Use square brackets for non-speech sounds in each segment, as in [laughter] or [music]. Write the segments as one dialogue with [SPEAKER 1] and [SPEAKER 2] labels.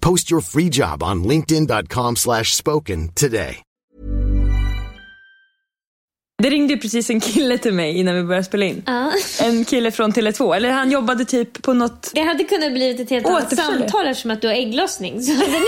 [SPEAKER 1] Post your free job on linkedin.com/spoken slash spoken today.
[SPEAKER 2] Det ringde ju precis en kille till mig innan vi började spela in. En kille från Tele2. Eller han jobbade typ på något...
[SPEAKER 3] Det hade kunnat blivit ett helt annat
[SPEAKER 2] Återförsäljare.
[SPEAKER 3] samtal eftersom att du har ägglossning. Så hade ni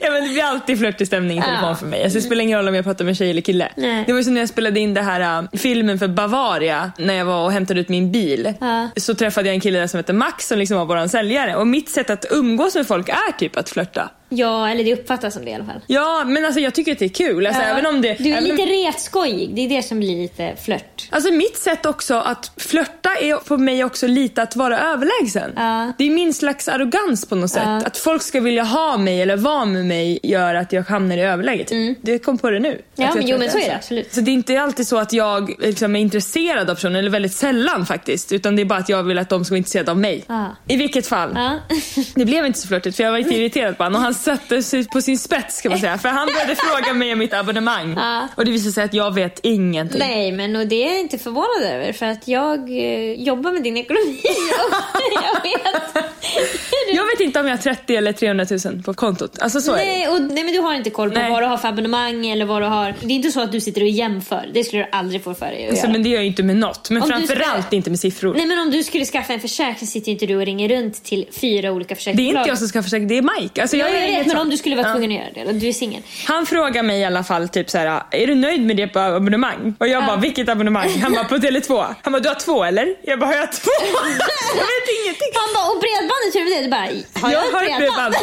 [SPEAKER 2] Ja men det blir alltid flörtig stämning i telefon för mig. Alltså, det spelar ingen roll om jag pratar med tjej eller kille.
[SPEAKER 3] Nej.
[SPEAKER 2] Det var ju som när jag spelade in det här äh, filmen för Bavaria. När jag var och hämtade ut min bil. Så träffade jag en kille där som hette Max som liksom var våran säljare. Och mitt sätt att umgås med folk är typ att flörta.
[SPEAKER 3] [laughs] ja, eller det uppfattas som det i alla fall.
[SPEAKER 2] Ja men alltså jag tycker att det är kul. Alltså, även om det,
[SPEAKER 3] Du är
[SPEAKER 2] även om-
[SPEAKER 3] lite retskojig, det är det som blir lite flört.
[SPEAKER 2] Alltså mitt sätt också att flörta är på mig också lite att vara överlägsen.
[SPEAKER 3] Ja.
[SPEAKER 2] Det är min slags arrogans på något sätt. Att folk ska vilja ha mig eller vara med mig gör att jag hamnar i överläge. Typ. Det kom på det nu.
[SPEAKER 3] Mm. Ja,
[SPEAKER 2] Att jag
[SPEAKER 3] men
[SPEAKER 2] tror
[SPEAKER 3] jo,
[SPEAKER 2] att jag
[SPEAKER 3] men så är det
[SPEAKER 2] här.
[SPEAKER 3] absolut.
[SPEAKER 2] Så det är inte alltid så att jag liksom, är intresserad av personen, eller väldigt sällan faktiskt. Utan det är bara att jag vill att de ska vara intresserade av mig.
[SPEAKER 3] Ja.
[SPEAKER 2] I vilket fall.
[SPEAKER 3] Ja.
[SPEAKER 2] Det blev inte så flörtigt för jag var lite irriterad på honom och han satte sig på sin spets kan man säga. För han började fråga mig om mitt abonnemang.
[SPEAKER 3] Ja.
[SPEAKER 2] Och det visade sig att jag vet ingenting.
[SPEAKER 3] [laughs] Nej, men och det är jag inte förvånad över för att jag eh, jobbar med din ekonomi och [laughs] jag vet.
[SPEAKER 2] [laughs] Jag vet inte om jag har 30 eller 300 000 på kontot. Alltså så är det.
[SPEAKER 3] Nej, och, nej, men du har inte koll på
[SPEAKER 2] Nej.
[SPEAKER 3] vad du har för abonnemang eller vad du har. Det är inte så att du sitter och jämför. Det skulle du aldrig få för dig att
[SPEAKER 2] Alltså,
[SPEAKER 3] göra.
[SPEAKER 2] men det gör jag ju inte med något. Men
[SPEAKER 3] Om du
[SPEAKER 2] framförallt
[SPEAKER 3] ska-
[SPEAKER 2] inte med siffror.
[SPEAKER 3] Nej men om du skulle skaffa en försäkring sitter ju inte du och ringer runt till fyra olika
[SPEAKER 2] Det är
[SPEAKER 3] försäkringsbolag.
[SPEAKER 2] inte jag som ska försöka, det är Mike. Alltså,
[SPEAKER 3] Ja,
[SPEAKER 2] jag gör
[SPEAKER 3] jag vet,
[SPEAKER 2] inget
[SPEAKER 3] men
[SPEAKER 2] sånt.
[SPEAKER 3] om du skulle vara
[SPEAKER 2] Ja.
[SPEAKER 3] tvungen att göra det, eller du är singel.
[SPEAKER 2] Han frågar mig i alla fall typ så här, är du nöjd med det på abonnemang? Och jag bara, vilket abonnemang? Han bara, på Tele2. Han bara, du har två eller? Jag bara, har jag
[SPEAKER 3] [laughs]
[SPEAKER 2] två? jag vet ingenting.
[SPEAKER 3] Han bara, och bredbandet, hur är det? Du bara, har jag,
[SPEAKER 2] har ett bredband.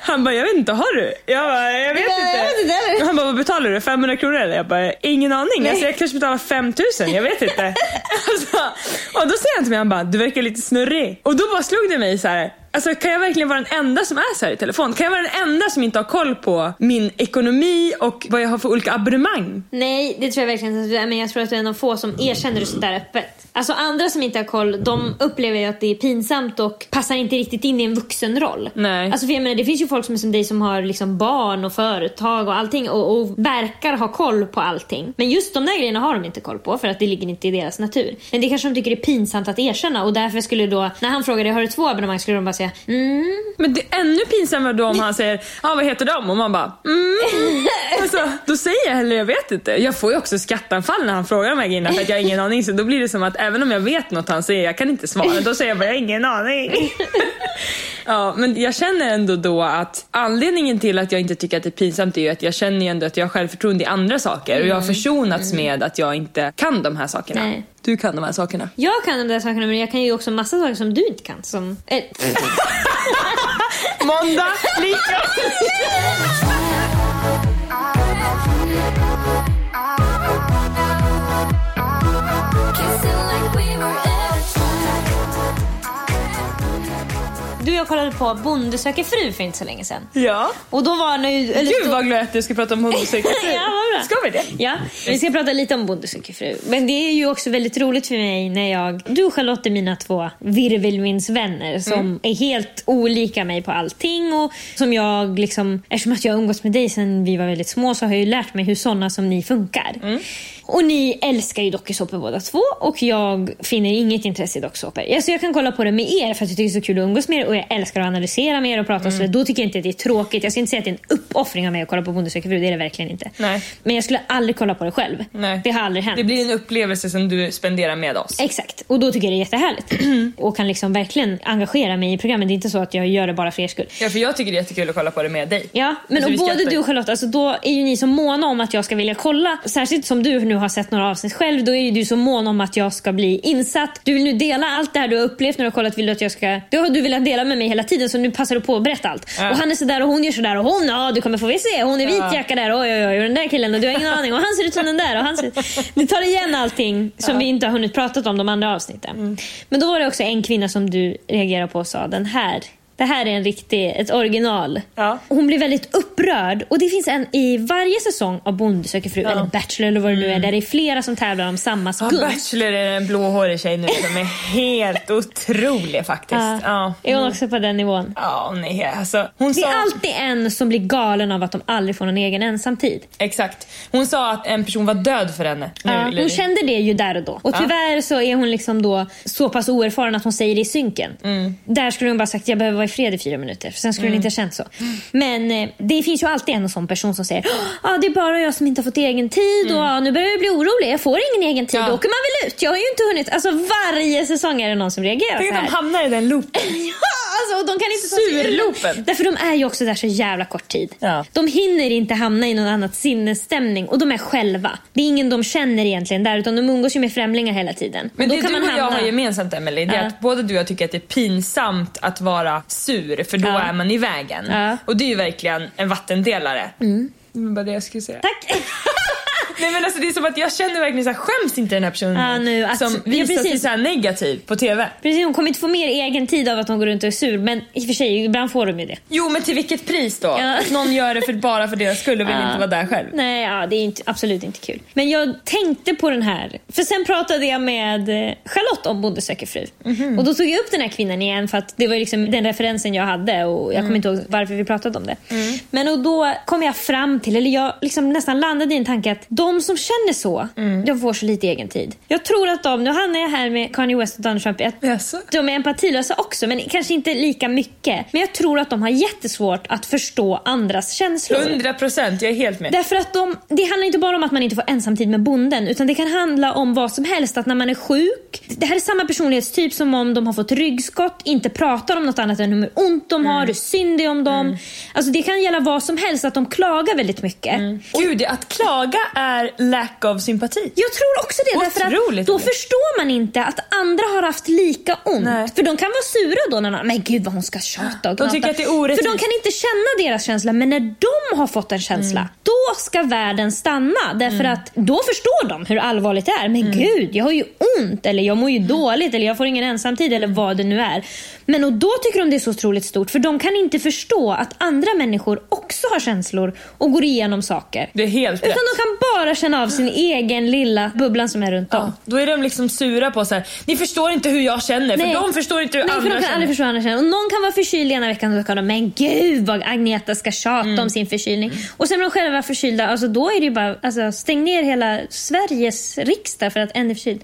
[SPEAKER 2] Han bara, jag vet inte, har du? Jag bara, jag vet
[SPEAKER 3] bara,
[SPEAKER 2] inte.
[SPEAKER 3] jag vet inte heller.
[SPEAKER 2] han bara, vad betalar du? 500 kronor eller? Jag bara, ingen aning. Alltså, jag kanske betalar 5000, jag vet
[SPEAKER 3] [laughs]
[SPEAKER 2] inte. alltså, och då säger han till mig, han bara, du verkar lite snurrig. Och då bara slog det mig så här. Alltså, kan jag verkligen vara den enda som är så här i telefon? Kan jag vara den enda som inte har koll på min ekonomi och vad jag har för olika abonnemang?
[SPEAKER 3] [laughs] Nej, det tror jag verkligen inte att du är, men jag tror att du är en av få som erkänner det sådär öppet. Alltså andra som inte har koll, de upplever ju att det är pinsamt och passar inte riktigt in i en vuxenroll.
[SPEAKER 2] Nej.
[SPEAKER 3] Alltså för jag menar, det finns ju folk som är som dig som har liksom barn och företag och allting och, och verkar ha koll på allting. Men just de där grejerna har de inte koll på för att det ligger inte i deras natur. Men det kanske de tycker är pinsamt att erkänna och därför skulle då, när han frågade har du två abonnemang skulle de bara säga mm.
[SPEAKER 2] Men det är ännu pinsammare då om han säger ah, vad heter de? Och man bara mm. alltså, Då säger jag hellre jag vet inte. Jag får ju också skattanfall när han frågar de här grejerna för att jag har
[SPEAKER 3] [laughs]
[SPEAKER 2] ingen aning. Så då blir det som att även om jag vet något han säger, jag kan inte svara. Då säger jag bara jag har ingen
[SPEAKER 3] [laughs]
[SPEAKER 2] aning. ja, men jag känner ändå då att anledningen till att jag inte tycker att det är pinsamt är ju att jag känner ju ändå att jag har självförtroende i andra saker. Och jag har försonats med att jag inte kan de här sakerna.
[SPEAKER 3] Mm. Nej.
[SPEAKER 2] Du kan de här
[SPEAKER 3] [laughs]
[SPEAKER 2] sakerna.
[SPEAKER 3] Jag kan de där sakerna men jag kan ju också massa saker som du inte kan. Som, eh,
[SPEAKER 2] Måndag, lika.
[SPEAKER 3] Du är jag kollade på Bonde söker fru för inte så länge sedan.
[SPEAKER 2] [laughs] Ja.
[SPEAKER 3] Och då var nu... eller
[SPEAKER 2] Gud
[SPEAKER 3] då-
[SPEAKER 2] vad glad att du ska prata om hundpsykiatri.
[SPEAKER 3] [laughs] Ja, vad bra.
[SPEAKER 2] Ska vi det?
[SPEAKER 3] [laughs] Ja, vi ska prata lite om Bonde söker fru. Men det är ju också väldigt roligt för mig när jag... Du och Charlotte är mina två virvelvindsvänner som är helt olika mig på allting. Och som jag liksom, eftersom att jag har umgåtts med dig sedan vi var väldigt små så har jag ju lärt mig hur sådana som ni funkar. Och ni älskar ju dokusåpor båda två och jag finner inget intresse i dokusåpor. Alltså jag kan kolla på det med er för att jag tycker det är så kul att umgås med er och jag älskar att analysera med er och prata och sådär. Då tycker jag inte att det är tråkigt. Jag ska inte säga att det är en uppoffring av mig att kolla på Bonde söker fru, det är det verkligen inte.
[SPEAKER 2] Nej.
[SPEAKER 3] Men jag skulle aldrig kolla på det själv.
[SPEAKER 2] Nej.
[SPEAKER 3] Det har aldrig hänt.
[SPEAKER 2] Det blir en upplevelse som du spenderar med oss.
[SPEAKER 3] Exakt, och då tycker jag det är jättehärligt.
[SPEAKER 2] [clears throat]
[SPEAKER 3] och kan liksom verkligen engagera mig i programmet. Det är inte så att jag gör det bara för er skull.
[SPEAKER 2] Ja, för jag tycker det är jättekul att kolla på det med dig.
[SPEAKER 3] Ja, men
[SPEAKER 2] Alltså,
[SPEAKER 3] och
[SPEAKER 2] vi
[SPEAKER 3] både
[SPEAKER 2] skrattar
[SPEAKER 3] du
[SPEAKER 2] ju.
[SPEAKER 3] och Charlotte, alltså då är ju ni så måna om att jag ska vilja kolla. Särskilt som du nu har sett några avsnitt själv, då är ju du så mån om att jag ska bli insatt. Du vill nu dela allt det här du har upplevt när du har kollat. Vill du att jag ska... Det har du velat dela med mig hela tiden, så nu passar du på att berätta allt.
[SPEAKER 2] Ja.
[SPEAKER 3] Och han är sådär och hon gör sådär och hon, ja du kommer få vi se. Hon är vit
[SPEAKER 2] Ja.
[SPEAKER 3] jacka där, oj oj oj, och den där killen och du har ingen aning. Och han ser ut som den där. Och han ser... Ni tar igen allting som vi inte har hunnit prata om de andra avsnitten.
[SPEAKER 2] Mm.
[SPEAKER 3] Men då var det också en kvinna som du reagerade på och sa, den här det här är en riktig, ett original.
[SPEAKER 2] Ja.
[SPEAKER 3] Hon blir väldigt upprörd. Och det finns en i varje säsong av Bonde söker fru, eller Bachelor eller vad det nu är, där det är flera som tävlar om samma
[SPEAKER 2] Mm. Ja,
[SPEAKER 3] gunst.
[SPEAKER 2] Bachelor är en blåhårig tjej nu som är helt otrolig faktiskt. Ja.
[SPEAKER 3] Är hon också på den nivån?
[SPEAKER 2] Ja, nej alltså. Hon
[SPEAKER 3] Det
[SPEAKER 2] sa...
[SPEAKER 3] är alltid en som blir galen av att de aldrig får någon egen ensamtid.
[SPEAKER 2] Exakt. Hon sa att en person var död för henne. Nu,
[SPEAKER 3] Ja,
[SPEAKER 2] Lili.
[SPEAKER 3] hon kände det ju där och då. Och tyvärr så är hon liksom då så pass oerfaren att hon säger det i synken.
[SPEAKER 2] Mm.
[SPEAKER 3] Där skulle hon bara sagt jag behöver vara i fred i fyra minuter. För sen skulle hon inte ha känt så.
[SPEAKER 2] Mm.
[SPEAKER 3] Men eh, det finns ju alltid en sån person som säger ah, det är bara jag som inte har fått egen tid och ah, nu börjar jag bli orolig. Jag får ingen egen tid.
[SPEAKER 2] Mm. Ja.
[SPEAKER 3] Då åker man väl ut. Jag har ju inte hunnit. Alltså varje säsong är det någon som reagerar
[SPEAKER 2] Tänk
[SPEAKER 3] så
[SPEAKER 2] att
[SPEAKER 3] här.
[SPEAKER 2] de hamnar i den loopen.
[SPEAKER 3] [laughs] Ja, alltså, och de kan inte ta sig ur den.
[SPEAKER 2] Surloopen.
[SPEAKER 3] Därför de är ju också där så jävla kort tid.
[SPEAKER 2] Ja.
[SPEAKER 3] De hinner inte hamna i någon annan sinnesstämning och de är själva. Det är ingen de känner egentligen där utan de umgås ju med främlingar hela tiden.
[SPEAKER 2] Men
[SPEAKER 3] och
[SPEAKER 2] det du och jag har gemensamt Emelie, det är
[SPEAKER 3] Ja.
[SPEAKER 2] att både du och jag tycker att det är pinsamt att vara sur för då
[SPEAKER 3] Ja.
[SPEAKER 2] är man i vägen.
[SPEAKER 3] Ja. Mm.
[SPEAKER 2] Och det är ju verkligen en vattendelare. Det var bara det jag skulle säga.
[SPEAKER 3] Tack!
[SPEAKER 2] Nej men alltså det är som att jag känner verkligen så här, skäms inte den här personen
[SPEAKER 3] Ja, nu, att-
[SPEAKER 2] som
[SPEAKER 3] ja,
[SPEAKER 2] visar sig
[SPEAKER 3] precis.
[SPEAKER 2] så här negativ på TV.
[SPEAKER 3] Precis, hon kommer inte få mer egen tid av att hon går runt och är sur men i och för sig, ibland får de ju det.
[SPEAKER 2] Jo men till vilket pris då?
[SPEAKER 3] Ja.
[SPEAKER 2] Att någon gör det för, bara för deras skull och vill
[SPEAKER 3] Ja.
[SPEAKER 2] inte vara där själv.
[SPEAKER 3] Nej, ja, det är inte, absolut inte kul. Men jag tänkte på den här, för sen pratade jag med eh, Charlotte om Bonde söker fru.
[SPEAKER 2] Mhm.
[SPEAKER 3] Och då tog jag upp den här kvinnan igen för att det var ju liksom den referensen jag hade och jag
[SPEAKER 2] Mm.
[SPEAKER 3] kommer inte ihåg varför vi pratade om det. Men och då kom jag fram till, eller jag liksom nästan landade i en tanke att de som känner så,
[SPEAKER 2] Mm.
[SPEAKER 3] de får så lite egen tid. Jag tror att de, nu hamnar jag här med Kanye West och Donald Trump, jag
[SPEAKER 2] Jaså?
[SPEAKER 3] de är empatilösa också, men kanske inte lika mycket. Men jag tror att de har jättesvårt att förstå andras känslor.
[SPEAKER 2] 100 procent, jag är helt med.
[SPEAKER 3] Därför att de, det handlar inte bara om att man inte får ensamtid med bonden utan det kan handla om vad som helst. Att när man är sjuk, det här är samma personlighetstyp som om de har fått ryggskott, inte pratar om något annat än hur ont de har, hur synd det är om dem. Alltså det kan gälla vad som helst, att de klagar väldigt mycket.
[SPEAKER 2] Gud, att klaga är lack of sympati.
[SPEAKER 3] Jag tror också det. Därför att
[SPEAKER 2] Otroligt
[SPEAKER 3] då
[SPEAKER 2] det.
[SPEAKER 3] förstår man inte att andra har haft lika ont.
[SPEAKER 2] Nej.
[SPEAKER 3] För de kan vara sura då när de, men gud vad hon ska tjata och
[SPEAKER 2] De
[SPEAKER 3] gnata."
[SPEAKER 2] tycker att det är orättvist.
[SPEAKER 3] För de kan inte känna deras känsla. Men när de har fått en känsla,
[SPEAKER 2] Mm.
[SPEAKER 3] då ska världen stanna. Därför att då förstår de hur allvarligt det är. Men
[SPEAKER 2] Mm.
[SPEAKER 3] gud, jag har ju ont. Eller jag mår ju dåligt. Eller jag får ingen ensamtid. Eller vad det nu är. Men och då tycker de det är så otroligt stort. För de kan inte förstå att andra människor också har känslor och går igenom saker.
[SPEAKER 2] Det är helt rätt.
[SPEAKER 3] Utan de kan bara känna av sin egen lilla bubblan som är runt
[SPEAKER 2] Ja,
[SPEAKER 3] dem.
[SPEAKER 2] då är de liksom sura på så här. ni förstår inte hur jag känner
[SPEAKER 3] Nej.
[SPEAKER 2] för de förstår inte hur
[SPEAKER 3] Nej, för
[SPEAKER 2] andra
[SPEAKER 3] de kan
[SPEAKER 2] känner.
[SPEAKER 3] aldrig förstå hur andra känner. Och någon kan vara förkyld ena veckan och då kan de, men gud vad Agneta ska tjata
[SPEAKER 2] Mm.
[SPEAKER 3] om sin förkylning. Och sen när de själva är förkylda, alltså, då är det ju bara, alltså, stäng ner hela Sveriges riksdag för att en är förkyld.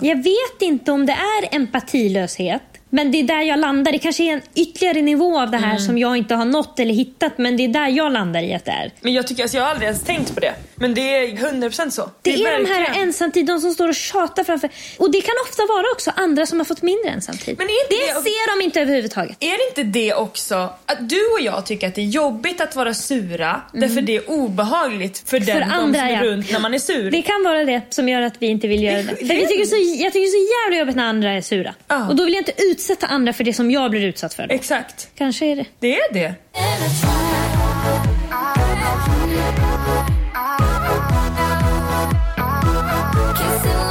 [SPEAKER 3] Jag vet inte om det är empatilöshet. Men det är där jag landar. Det kanske är en ytterligare nivå av det här
[SPEAKER 2] Mm.
[SPEAKER 3] som jag inte har nått eller hittat. Men det är där jag landar i att det är.
[SPEAKER 2] Men jag tycker alltså, jag har aldrig ens tänkt på det. Men det är 100% så.
[SPEAKER 3] Det är, de
[SPEAKER 2] verkligen-
[SPEAKER 3] här ensamtid, de som står och tjatar framför. Och det kan ofta vara också andra som har fått mindre ensamtid.
[SPEAKER 2] Men är inte
[SPEAKER 3] det
[SPEAKER 2] det-
[SPEAKER 3] ser de inte överhuvudtaget.
[SPEAKER 2] Är det inte det också att du och jag tycker att det är jobbigt att vara sura därför det är obehagligt för, den, de som är
[SPEAKER 3] Mm. ja.
[SPEAKER 2] runt när man är sur?
[SPEAKER 3] Det kan vara det som gör att vi inte vill göra det. För vi tycker så, jag tycker det är så jävla jobbigt när andra är sura.
[SPEAKER 2] Ja.
[SPEAKER 3] Och då vill jag inte utsätta andra för det som jag blir utsatt för. Då.
[SPEAKER 2] Exakt,
[SPEAKER 3] Kanske är det.
[SPEAKER 2] det är det.
[SPEAKER 4] Kissing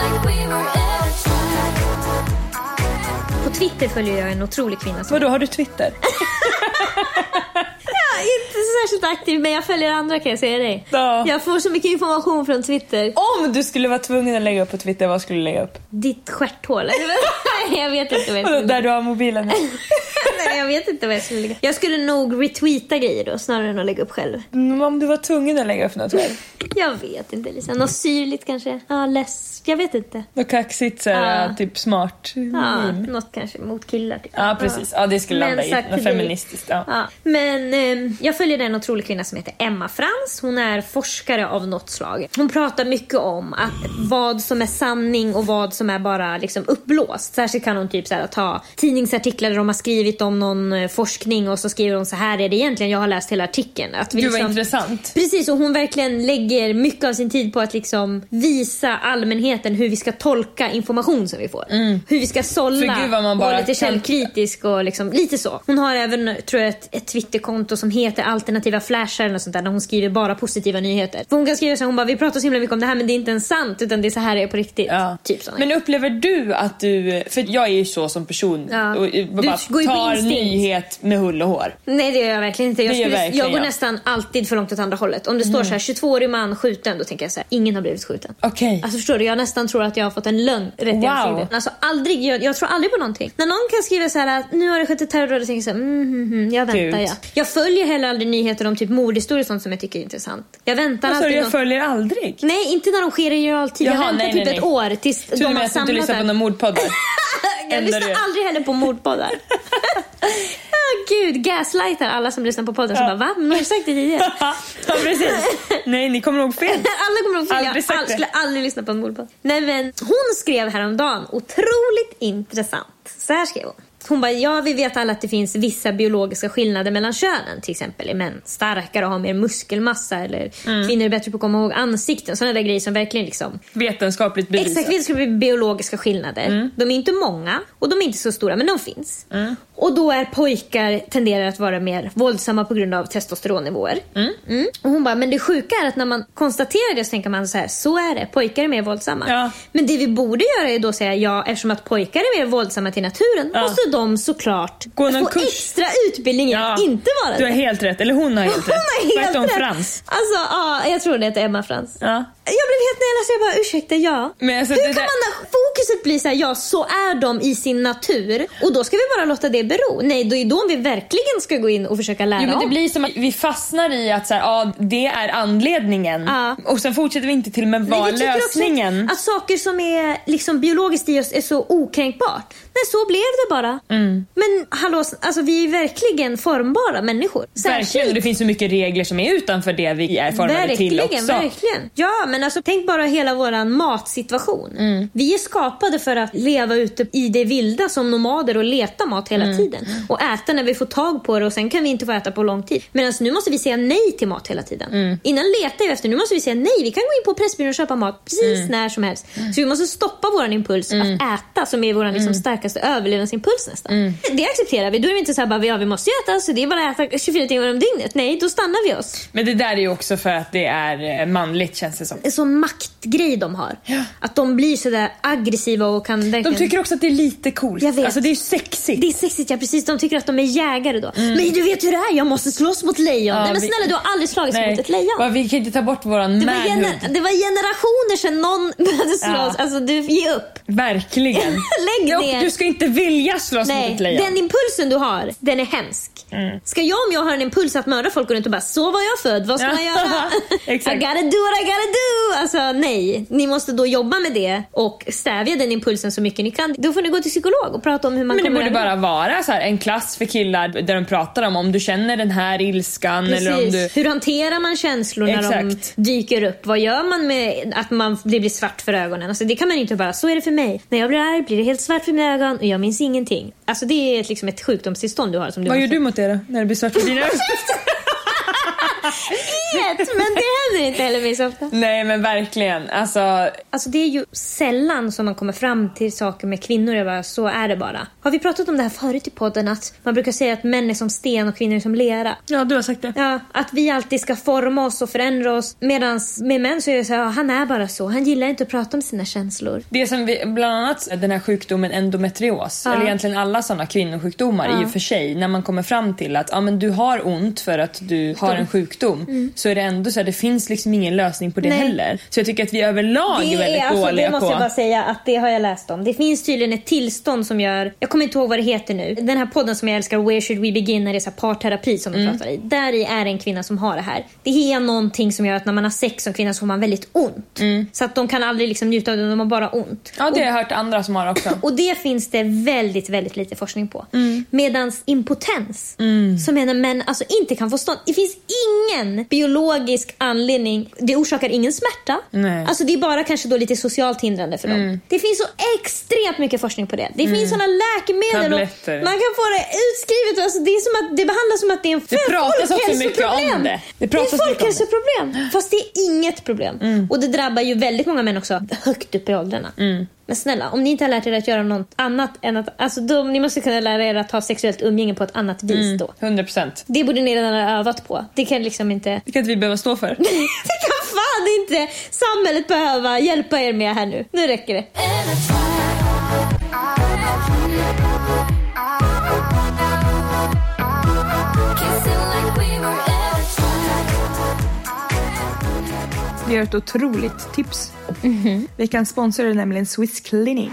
[SPEAKER 4] like we were ever
[SPEAKER 3] På Twitter följer jag en otrolig kvinna som...
[SPEAKER 2] Vadå, har du Twitter?
[SPEAKER 3] Jag är inte särskilt aktiv men jag följer andra kan jag säga dig.
[SPEAKER 2] Ja.
[SPEAKER 3] Jag får så mycket information från Twitter.
[SPEAKER 2] [laughs] Om du skulle vara tvungen att lägga upp på Twitter, vad skulle du lägga upp?
[SPEAKER 3] Ditt stjärthål. [laughs] eller? [laughs] jag vet inte vad jag
[SPEAKER 2] Vadå,
[SPEAKER 3] skulle
[SPEAKER 2] Alltså, där du har
[SPEAKER 3] [laughs]
[SPEAKER 2] mobilen?
[SPEAKER 3] Nej, jag vet inte vad jag skulle lägga. Jag skulle nog retweeta grejer då snarare än att lägga upp själv.
[SPEAKER 2] Mm, om du var tvungen att lägga upp något själv?
[SPEAKER 3] Jag vet inte Lisa. Något syrligt kanske? Ja, less. Jag vet inte.
[SPEAKER 2] Något kaxigt såhär, typ smart
[SPEAKER 3] Ja,
[SPEAKER 2] meme.
[SPEAKER 3] något kanske mot killar typ.
[SPEAKER 2] Mm. Ja precis, ja, det skulle
[SPEAKER 3] Men
[SPEAKER 2] landa
[SPEAKER 3] sagt
[SPEAKER 2] i
[SPEAKER 3] till
[SPEAKER 2] något
[SPEAKER 3] dig.
[SPEAKER 2] feministiskt. Ja.
[SPEAKER 3] Ja. Men ehm, jag följer en otrolig kvinna som heter Emma Frans. Hon är forskare av något slag. Hon pratar mycket om att vad som är sanning och vad som är bara liksom uppblåst. Särskilt kan hon typ så här, ta tidningsartiklar där de har skrivit om någon eh, forskning och så skriver hon så här är det egentligen. Jag har läst hela artikeln. Att vi
[SPEAKER 2] Gud vad
[SPEAKER 3] liksom-
[SPEAKER 2] intressant.
[SPEAKER 3] Precis, och hon verkligen lägger mycket av sin tid på att liksom visa allmänheten hur vi ska tolka information som vi får. Hur vi ska sålla
[SPEAKER 2] Mm. För gud vad man bara
[SPEAKER 3] och vara lite
[SPEAKER 2] kan-
[SPEAKER 3] källkritisk och liksom, lite så. Hon har även tror jag, ett, ett Twitterkonto som heter alternativa flashar eller något sånt där där hon skriver bara positiva nyheter. För hon kan skriva så här, hon bara vi pratar så himla mycket om det här men det är inte ens sant utan det är så här det är på riktigt.
[SPEAKER 2] Ja.
[SPEAKER 3] Typ såna.
[SPEAKER 2] Men upplever du att du, för jag är ju så som person,
[SPEAKER 3] Ja.
[SPEAKER 2] och, och
[SPEAKER 3] Du
[SPEAKER 2] bara
[SPEAKER 3] går ju på
[SPEAKER 2] tar
[SPEAKER 3] instinkt.
[SPEAKER 2] nyhet med hull och hår.
[SPEAKER 3] Nej det gör jag verkligen inte. Jag,
[SPEAKER 2] Det gör
[SPEAKER 3] skulle,
[SPEAKER 2] verkligen
[SPEAKER 3] jag går
[SPEAKER 2] jag. Mm.
[SPEAKER 3] nästan alltid för långt åt andra hållet. Om det står så här 22-årig man skjuten då tänker jag så här, ingen har blivit skjuten.
[SPEAKER 2] Okej.
[SPEAKER 3] Alltså förstår du, jag nästan tror att jag har fått en lögn rätt i
[SPEAKER 2] Wow.
[SPEAKER 3] ansiktet. Alltså aldrig, jag, jag tror aldrig på någonting. När någon kan skriva så här att nu har det skett ett terrordåd, då tänker jag så här, mm, mm, mm, jag väntar
[SPEAKER 2] Gud.
[SPEAKER 3] jag. Jag följer heller aldrig nyheter om typ mordhistorier och sånt som jag tycker är intressant. Jag väntar
[SPEAKER 2] Alltså,
[SPEAKER 3] alltid
[SPEAKER 2] jag
[SPEAKER 3] någon-
[SPEAKER 2] följer aldrig.
[SPEAKER 3] Nej, inte när de sker i realtid. jag
[SPEAKER 2] Jaha,
[SPEAKER 3] väntar
[SPEAKER 2] nej,
[SPEAKER 3] typ
[SPEAKER 2] nej,
[SPEAKER 3] ett
[SPEAKER 2] nej.
[SPEAKER 3] år tills
[SPEAKER 2] Tur
[SPEAKER 3] de
[SPEAKER 2] med
[SPEAKER 3] har
[SPEAKER 2] att du inte
[SPEAKER 3] samlat
[SPEAKER 2] lyssnar på
[SPEAKER 3] den.
[SPEAKER 2] några mordpoddar.
[SPEAKER 3] [laughs] Jag
[SPEAKER 2] Ändå
[SPEAKER 3] lyssnar
[SPEAKER 2] det.
[SPEAKER 3] aldrig heller
[SPEAKER 2] [laughs]
[SPEAKER 3] på mordpoddar. [laughs] oh, gud, gaslightar alla som lyssnar på podden som bara va? Men har du sagt
[SPEAKER 2] [laughs]
[SPEAKER 3] det tidigare?
[SPEAKER 2] ja precis. Nej ni kommer ihåg fel.
[SPEAKER 3] [laughs] Alla kommer ihåg fel.
[SPEAKER 2] Aldrig
[SPEAKER 3] Jag
[SPEAKER 2] sagt
[SPEAKER 3] all,
[SPEAKER 2] det.
[SPEAKER 3] skulle aldrig lyssna på en mordpodd. Nej men hon skrev häromdagen, otroligt intressant. Så här skrev hon. Hon bara, ja vi vet alla att det finns vissa biologiska skillnader mellan könen. Till exempel är män starkare och har mer muskelmassa eller
[SPEAKER 2] Mm.
[SPEAKER 3] kvinnor är bättre på att komma ihåg ansikten. Sådana där grejer som verkligen liksom
[SPEAKER 2] Vetenskapligt bevisat.
[SPEAKER 3] Exakt, det skulle bli biologiska skillnader.
[SPEAKER 2] Mm.
[SPEAKER 3] De är inte många och de är inte så stora, men de finns. Och då är pojkar tenderar att vara mer våldsamma på grund av testosteronnivåer. Mm. Och hon bara, men det sjuka är att när man konstaterar det så tänker man så här, så är det, pojkar är mer våldsamma.
[SPEAKER 2] Ja.
[SPEAKER 3] Men det vi borde göra är då att säga, ja eftersom att pojkar är mer våldsamma till naturen
[SPEAKER 2] Ja.
[SPEAKER 3] måste de såklart
[SPEAKER 2] Gå någon
[SPEAKER 3] få
[SPEAKER 2] kurs.
[SPEAKER 3] extra utbildning i att inte vara
[SPEAKER 2] Du
[SPEAKER 3] det.
[SPEAKER 2] har helt rätt, eller hon har helt rätt.
[SPEAKER 3] [laughs] Hon har helt
[SPEAKER 2] Tvärtom
[SPEAKER 3] rätt.
[SPEAKER 2] Frans.
[SPEAKER 3] Alltså, ja, jag tror det heter Emma Frans.
[SPEAKER 2] Ja.
[SPEAKER 3] Jag blev helt nervös jag bara ursäkta ja.
[SPEAKER 2] Men alltså,
[SPEAKER 3] Hur
[SPEAKER 2] det
[SPEAKER 3] kan
[SPEAKER 2] där-
[SPEAKER 3] man fokuset blir så här, ja så är de i sin natur och då ska vi bara låta det bero. Nej det är då vi verkligen ska gå in och försöka lära
[SPEAKER 2] Jo, men det
[SPEAKER 3] om.
[SPEAKER 2] blir som att vi fastnar i att så här, ja, det är anledningen
[SPEAKER 3] Ja.
[SPEAKER 2] och sen fortsätter vi inte till men vad
[SPEAKER 3] Nej,
[SPEAKER 2] är
[SPEAKER 3] vi tycker också
[SPEAKER 2] lösningen?
[SPEAKER 3] Att, att saker som är liksom biologiskt i oss är så okränkbart. Nej så blev det bara.
[SPEAKER 2] Mm.
[SPEAKER 3] Men hallå, alltså, vi är verkligen formbara människor.
[SPEAKER 2] Verkligen, och det finns så mycket regler som är utanför det vi är formade till också.
[SPEAKER 3] Verkligen, verkligen. Ja, men alltså tänk bara hela våran matsituation.
[SPEAKER 2] Mm.
[SPEAKER 3] Vi är skapade för att leva ute i det vilda som nomader och leta mat
[SPEAKER 2] Mm.
[SPEAKER 3] hela tiden. Och äta när vi får tag på det och sen kan vi inte få äta på lång tid. Medan nu måste vi säga nej till mat hela tiden.
[SPEAKER 2] Mm.
[SPEAKER 3] Innan letade vi efter, nu måste vi säga nej. Vi kan gå in på Pressbyrån och köpa mat
[SPEAKER 2] Mm.
[SPEAKER 3] precis när som helst. Så vi måste stoppa våran impuls att äta som är våran
[SPEAKER 2] Mm.
[SPEAKER 3] liksom, starkaste överlevnadsimpuls nästan. Det accepterar vi. Då är vi inte så här, bara, ja vi måste ju äta så det är bara att äta 24 timmar om dygnet. Nej, då stannar vi oss.
[SPEAKER 2] Men det där är ju också för att det är eh, manligt känns det som.
[SPEAKER 3] en sån maktgrej de har. Att de blir sådär aggressiva och kan verkligen...
[SPEAKER 2] De tycker också att det är lite coolt.
[SPEAKER 3] Jag vet.
[SPEAKER 2] Alltså det är ju sexigt.
[SPEAKER 3] det är sexigt, ja precis. De tycker att de är jägare då. Men du vet hur det är, jag måste slåss mot lejon.
[SPEAKER 2] Mm. Ja,
[SPEAKER 3] Nej men
[SPEAKER 2] vi-
[SPEAKER 3] snälla, du har aldrig slagits
[SPEAKER 2] Nej.
[SPEAKER 3] mot ett lejon.
[SPEAKER 2] Va, vi kan inte ta bort våran
[SPEAKER 3] Det var,
[SPEAKER 2] manhood.
[SPEAKER 3] [laughs] gener- det var generationer sedan någon [laughs] började slåss.
[SPEAKER 2] Ja.
[SPEAKER 3] Alltså du, ge upp.
[SPEAKER 2] Verkligen.
[SPEAKER 3] Lägg
[SPEAKER 2] Ja, och
[SPEAKER 3] ner.
[SPEAKER 2] Du ska inte vilja slåss mot
[SPEAKER 3] Nej,
[SPEAKER 2] ett lejon. Mm.
[SPEAKER 3] den impulsen du har, den är hemsk. Ska jag om jag har en impuls att mörda folk gå runt och bara så var jag född, vad ska
[SPEAKER 2] Ja, [laughs]
[SPEAKER 3] man göra?
[SPEAKER 2] exakt.
[SPEAKER 3] I gotta do what I gotta do! Alltså nej, ni måste då jobba med det och stävja den impulsen så mycket ni kan. Då får ni gå till psykolog och prata om hur man
[SPEAKER 2] Men det
[SPEAKER 3] kommer
[SPEAKER 2] borde
[SPEAKER 3] över
[SPEAKER 2] bara vara så här, en klass för killar där de pratar om om du känner den här ilskan eller om
[SPEAKER 3] Precis.
[SPEAKER 2] du...
[SPEAKER 3] Hur hanterar man känslor när
[SPEAKER 2] Exakt.
[SPEAKER 3] de dyker upp? Vad gör man med att man, det blir svart för ögonen? Alltså, det kan man ju inte bara, så är det för mig. När jag blir arg blir det helt svart för mina ögon och jag minns ingenting. Alltså, det är ett, liksom ett sjukdomstillstånd du har. Som du
[SPEAKER 2] Vad gör
[SPEAKER 3] måste-
[SPEAKER 2] du mot det då? När det blir svart för dina ögon?
[SPEAKER 3] vet, men det händer inte heller mig så ofta.
[SPEAKER 2] [laughs] Nej men verkligen. Alltså,
[SPEAKER 3] Alltså det är ju sällan som man kommer fram till saker med kvinnor. Jag bara, så är det bara. Har vi pratat om det här förut i podden? Att man brukar säga att män är som sten och kvinnor är som lera.
[SPEAKER 2] ja du har sagt det.
[SPEAKER 3] Ja, att vi alltid ska forma oss och förändra oss. Medan med män så är det så här, ja, han är bara så. Han gillar inte att prata om sina känslor.
[SPEAKER 2] Det som vi, bland annat den här sjukdomen endometrios, eller egentligen alla sådana kvinnosjukdomar i och för sig, när man kommer fram till att ah, men du har ont för att du har en sjukdom, så är det ändå så här, det finns liksom ingen lösning på det
[SPEAKER 3] Mm. Nej.
[SPEAKER 2] heller. Så jag tycker att vi överlag är väldigt dåliga
[SPEAKER 3] det måste
[SPEAKER 2] på...
[SPEAKER 3] jag bara säga att det har jag läst om. Det finns tydligen ett tillstånd som gör, jag kommer inte ihåg vad det heter nu. Den här podden som jag älskar, Where should we begin, när det är så här parterapi som
[SPEAKER 2] Mm.
[SPEAKER 3] de pratar i. Där i är det en kvinna som har det här. Det är någonting som gör att när man har sex som kvinna så får man väldigt ont.
[SPEAKER 2] Mm.
[SPEAKER 3] Så att de kan aldrig liksom njuta av det, de har bara ont.
[SPEAKER 2] Ja det har jag hört andra som har också.
[SPEAKER 3] Och det finns det väldigt, väldigt lite forskning på.
[SPEAKER 2] Mm.
[SPEAKER 3] Medan impotens, som är när män alltså, inte kan få stånd. Det finns ingen biologisk anledning. Det orsakar ingen smärta.
[SPEAKER 2] Nej. Mm.
[SPEAKER 3] Alltså det är bara kanske då lite socialt hindrande för dem. Det finns så extremt mycket forskning på det. Det finns sådana läkemedel.
[SPEAKER 2] Tabletter.
[SPEAKER 3] Och man kan få det utskrivet. Alltså, det, är som att, det behandlas som att det är en
[SPEAKER 2] Det pratas också mycket om
[SPEAKER 3] folkhälsoproblem.
[SPEAKER 2] det. Det
[SPEAKER 3] Det,
[SPEAKER 2] pratas
[SPEAKER 3] är
[SPEAKER 2] mycket om det.
[SPEAKER 3] folkhälsoproblem. Fast det är inget problem. Och det drabbar ju väldigt många män också högt upp i åldrarna. Men snälla, om ni inte har lärt er att göra något annat än att... Alltså då, ni måste kunna lära er att ha sexuellt umgänge på ett annat vis då.
[SPEAKER 2] 100%.
[SPEAKER 3] Det borde ni redan ha övat på. Det kan liksom inte... [laughs]
[SPEAKER 2] Det kan inte vi behöva stå för.
[SPEAKER 3] det kan fan inte samhället behöva hjälpa er med här nu. Nu räcker det.
[SPEAKER 4] Vi har ett otroligt tips.
[SPEAKER 3] Mhm.
[SPEAKER 4] Vi kan sponsra det nämligen Swiss Clinic.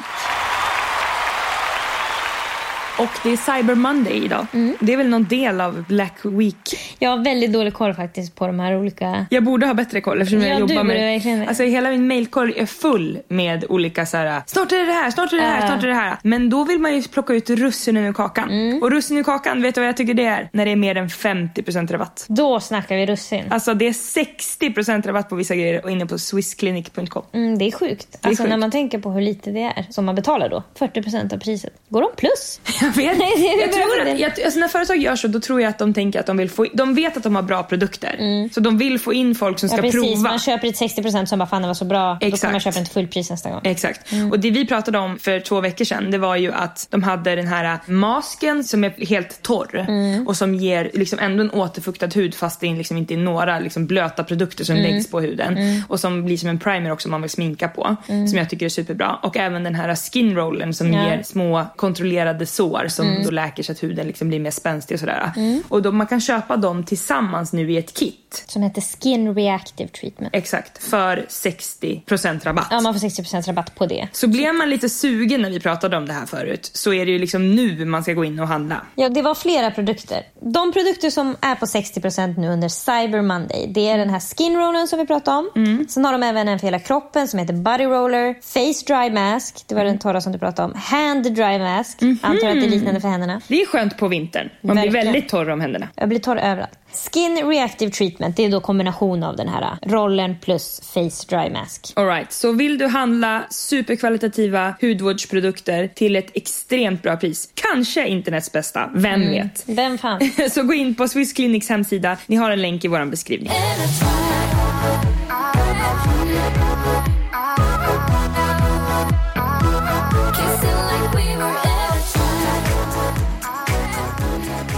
[SPEAKER 4] Och det är Cyber Monday idag.
[SPEAKER 3] Mm.
[SPEAKER 4] Det är väl någon del av Black Week.
[SPEAKER 3] Jag har väldigt dålig koll faktiskt på de här olika...
[SPEAKER 4] Jag borde ha bättre koll eftersom
[SPEAKER 3] Ja,
[SPEAKER 4] jag
[SPEAKER 3] du
[SPEAKER 4] jobbar
[SPEAKER 3] borde
[SPEAKER 4] med
[SPEAKER 3] verkligen det.
[SPEAKER 4] Alltså hela min mailkorg är full med olika så här. snart är det det här, snart är det det här,
[SPEAKER 3] Ja.
[SPEAKER 4] snart är det här. Men då vill man ju plocka ut russinen ur kakan.
[SPEAKER 3] Mm.
[SPEAKER 4] Och russinen ur kakan, vet du vad jag tycker det är? När det är mer än 50% rabatt.
[SPEAKER 3] Då snackar vi russin.
[SPEAKER 4] Alltså det är 60% rabatt på vissa grejer och inne på swissclinic.com.
[SPEAKER 3] Mm, det är sjukt.
[SPEAKER 4] är
[SPEAKER 3] alltså
[SPEAKER 4] sjukt.
[SPEAKER 3] när man tänker på hur lite det är som man betalar då. 40% av priset. Går de plus?
[SPEAKER 4] [laughs] Jag vet.
[SPEAKER 3] Nej, det är
[SPEAKER 4] jag tror
[SPEAKER 3] det.
[SPEAKER 4] att, jag, alltså när företag gör så, då tror jag att de tänker att de vill få De vet att de har bra produkter. Så de vill få in folk som ska
[SPEAKER 3] Ja, precis.
[SPEAKER 4] prova.
[SPEAKER 3] Man köper ett 60% som bara fan det var så bra. Då kan man
[SPEAKER 4] Exakt.
[SPEAKER 3] köpa ett fullpris nästa gång.
[SPEAKER 4] Exakt.
[SPEAKER 3] Mm.
[SPEAKER 4] Och det vi pratade om för två veckor sedan det var ju att de hade den här äh, masken som är helt torr
[SPEAKER 3] Mm.
[SPEAKER 4] och som ger liksom ändå en återfuktad hud fast det liksom inte är några liksom blöta produkter som
[SPEAKER 3] Mm.
[SPEAKER 4] läggs på huden. Och som blir som en primer också om man vill sminka på. Som jag tycker är superbra. Och även den här skinrollen som
[SPEAKER 3] Mm. Ja. Mm.
[SPEAKER 4] ger små kontrollerade sår som då läker så att huden liksom blir mer spänstig och sådär. Och då, man kan köpa dem tillsammans nu i ett kit.
[SPEAKER 3] Som heter Skin Reactive Treatment.
[SPEAKER 4] Exakt. För 60% rabatt.
[SPEAKER 3] Ja, man får 60% rabatt på det.
[SPEAKER 4] Så blev man lite sugen när vi pratade om det här förut så är det ju liksom nu man ska gå in och handla.
[SPEAKER 3] Ja, det var flera produkter. De produkter som är på 60% nu under Cyber Monday, det är den här skinrollen som vi pratade om.
[SPEAKER 4] Mm.
[SPEAKER 3] Sen har de även en för hela kroppen som heter Body Roller, Face Dry Mask, det var
[SPEAKER 4] Mm.
[SPEAKER 3] den torra som du pratade om, Hand Dry Mask,
[SPEAKER 4] Mhm.
[SPEAKER 3] antar att det är liknande för händerna.
[SPEAKER 4] Det är skönt på vintern. Man blir
[SPEAKER 3] Verkligen.
[SPEAKER 4] väldigt torr om händerna.
[SPEAKER 3] Jag blir torr överallt. Skin Reactive Treatment, det är då kombination av den här äh, rollen plus Face Dry Mask.
[SPEAKER 4] Alright, så vill du handla superkvalitativa hudvårdsprodukter till ett extremt bra pris, kanske internets bästa, vem
[SPEAKER 2] Mm.
[SPEAKER 4] vet? [laughs]
[SPEAKER 3] Vem fan?
[SPEAKER 4] Så gå in på Swiss Clinics hemsida, ni har en länk i vår beskrivning.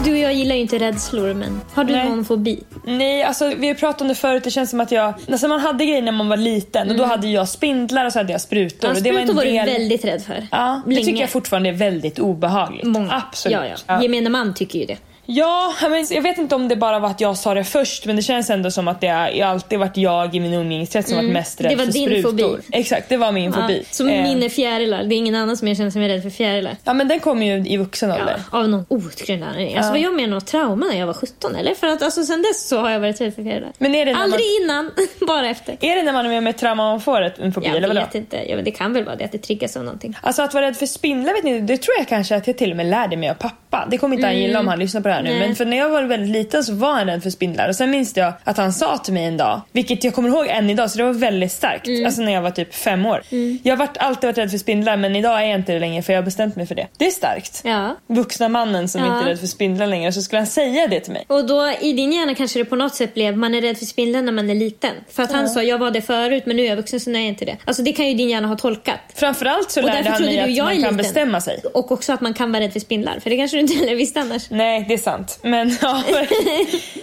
[SPEAKER 3] Du och jag gillar ju inte rädslor, men har du
[SPEAKER 2] Nej.
[SPEAKER 3] någon fobi?
[SPEAKER 2] Nej, alltså vi har pratat om det förut. Det känns som att jag... Alltså, man hade grejer när man var liten och då
[SPEAKER 4] Mm.
[SPEAKER 2] hade jag spindlar och så hade jag sprutor.
[SPEAKER 3] Ja,
[SPEAKER 2] och det var en
[SPEAKER 3] sprutor var du
[SPEAKER 2] del...
[SPEAKER 3] väldigt rädd för.
[SPEAKER 2] Ja, det
[SPEAKER 3] Länge.
[SPEAKER 2] tycker jag fortfarande är väldigt obehagligt.
[SPEAKER 3] Många.
[SPEAKER 2] Absolut.
[SPEAKER 3] Ja, ja. Gemene man tycker ju det.
[SPEAKER 2] Ja, men jag vet inte om det bara var att jag sa det först men det känns ändå som att det har alltid varit jag i min umgängeskrets som varit mest rädd
[SPEAKER 3] Mm. Det var
[SPEAKER 2] för
[SPEAKER 3] din
[SPEAKER 2] sprutor.
[SPEAKER 3] fobi.
[SPEAKER 2] Exakt, det var min fobi.
[SPEAKER 3] Ja, som
[SPEAKER 2] Eh,
[SPEAKER 3] min är fjärilar. Det är ingen annan som jag känner som är rädd för fjärilar.
[SPEAKER 2] Ja men den kom ju i vuxen ålder.
[SPEAKER 3] Ja, av någon outgrundlig anledning. Alltså, Var jag med om något trauma när jag var 17 eller? För att alltså, sen dess så har jag varit rädd för fjärilar.
[SPEAKER 2] Men är det när
[SPEAKER 3] Aldrig innan, [laughs] bara efter.
[SPEAKER 2] Är det när man är med om ett trauma man får ett, en fobi eller
[SPEAKER 3] Jag
[SPEAKER 2] vadå?
[SPEAKER 3] vet inte. Ja, men det kan väl vara det att det triggas av någonting. Mm.
[SPEAKER 2] Alltså att vara rädd för spindlar vet ni, det tror jag kanske att jag till och med lärde mig av pappa. Det kommer inte han gilla om han lyssnar på det här nu men för när jag var väldigt liten så var han rädd för spindlar och sen minns jag att han sa till mig en dag, vilket jag kommer ihåg än idag så det var väldigt starkt,
[SPEAKER 3] Mm.
[SPEAKER 2] alltså när jag var typ fem år. Jag har varit, alltid varit rädd för spindlar men idag är jag inte det längre för jag har bestämt mig för det. Det är starkt.
[SPEAKER 3] Ja.
[SPEAKER 2] Vuxna mannen som
[SPEAKER 3] Ja.
[SPEAKER 2] inte är rädd för spindlar längre så skulle han säga det till mig.
[SPEAKER 3] Och då i din hjärna kanske det på något sätt blev man är rädd för spindeln när man är liten. För att han sa jag var det förut men nu är jag vuxen så nu är jag inte det. Alltså det kan ju din hjärna ha tolkat.
[SPEAKER 2] Framförallt så
[SPEAKER 3] Och
[SPEAKER 2] lärde
[SPEAKER 3] därför
[SPEAKER 2] han
[SPEAKER 3] trodde
[SPEAKER 2] mig
[SPEAKER 3] du
[SPEAKER 2] att
[SPEAKER 3] jag är
[SPEAKER 2] man kan
[SPEAKER 3] liten.
[SPEAKER 2] bestämma sig.
[SPEAKER 3] Och också att man kan vara rädd för spindlar för det kanske du inte heller
[SPEAKER 2] [laughs]
[SPEAKER 3] visste annars.
[SPEAKER 2] Nej, det är sant. Men
[SPEAKER 3] [laughs]
[SPEAKER 2] ja,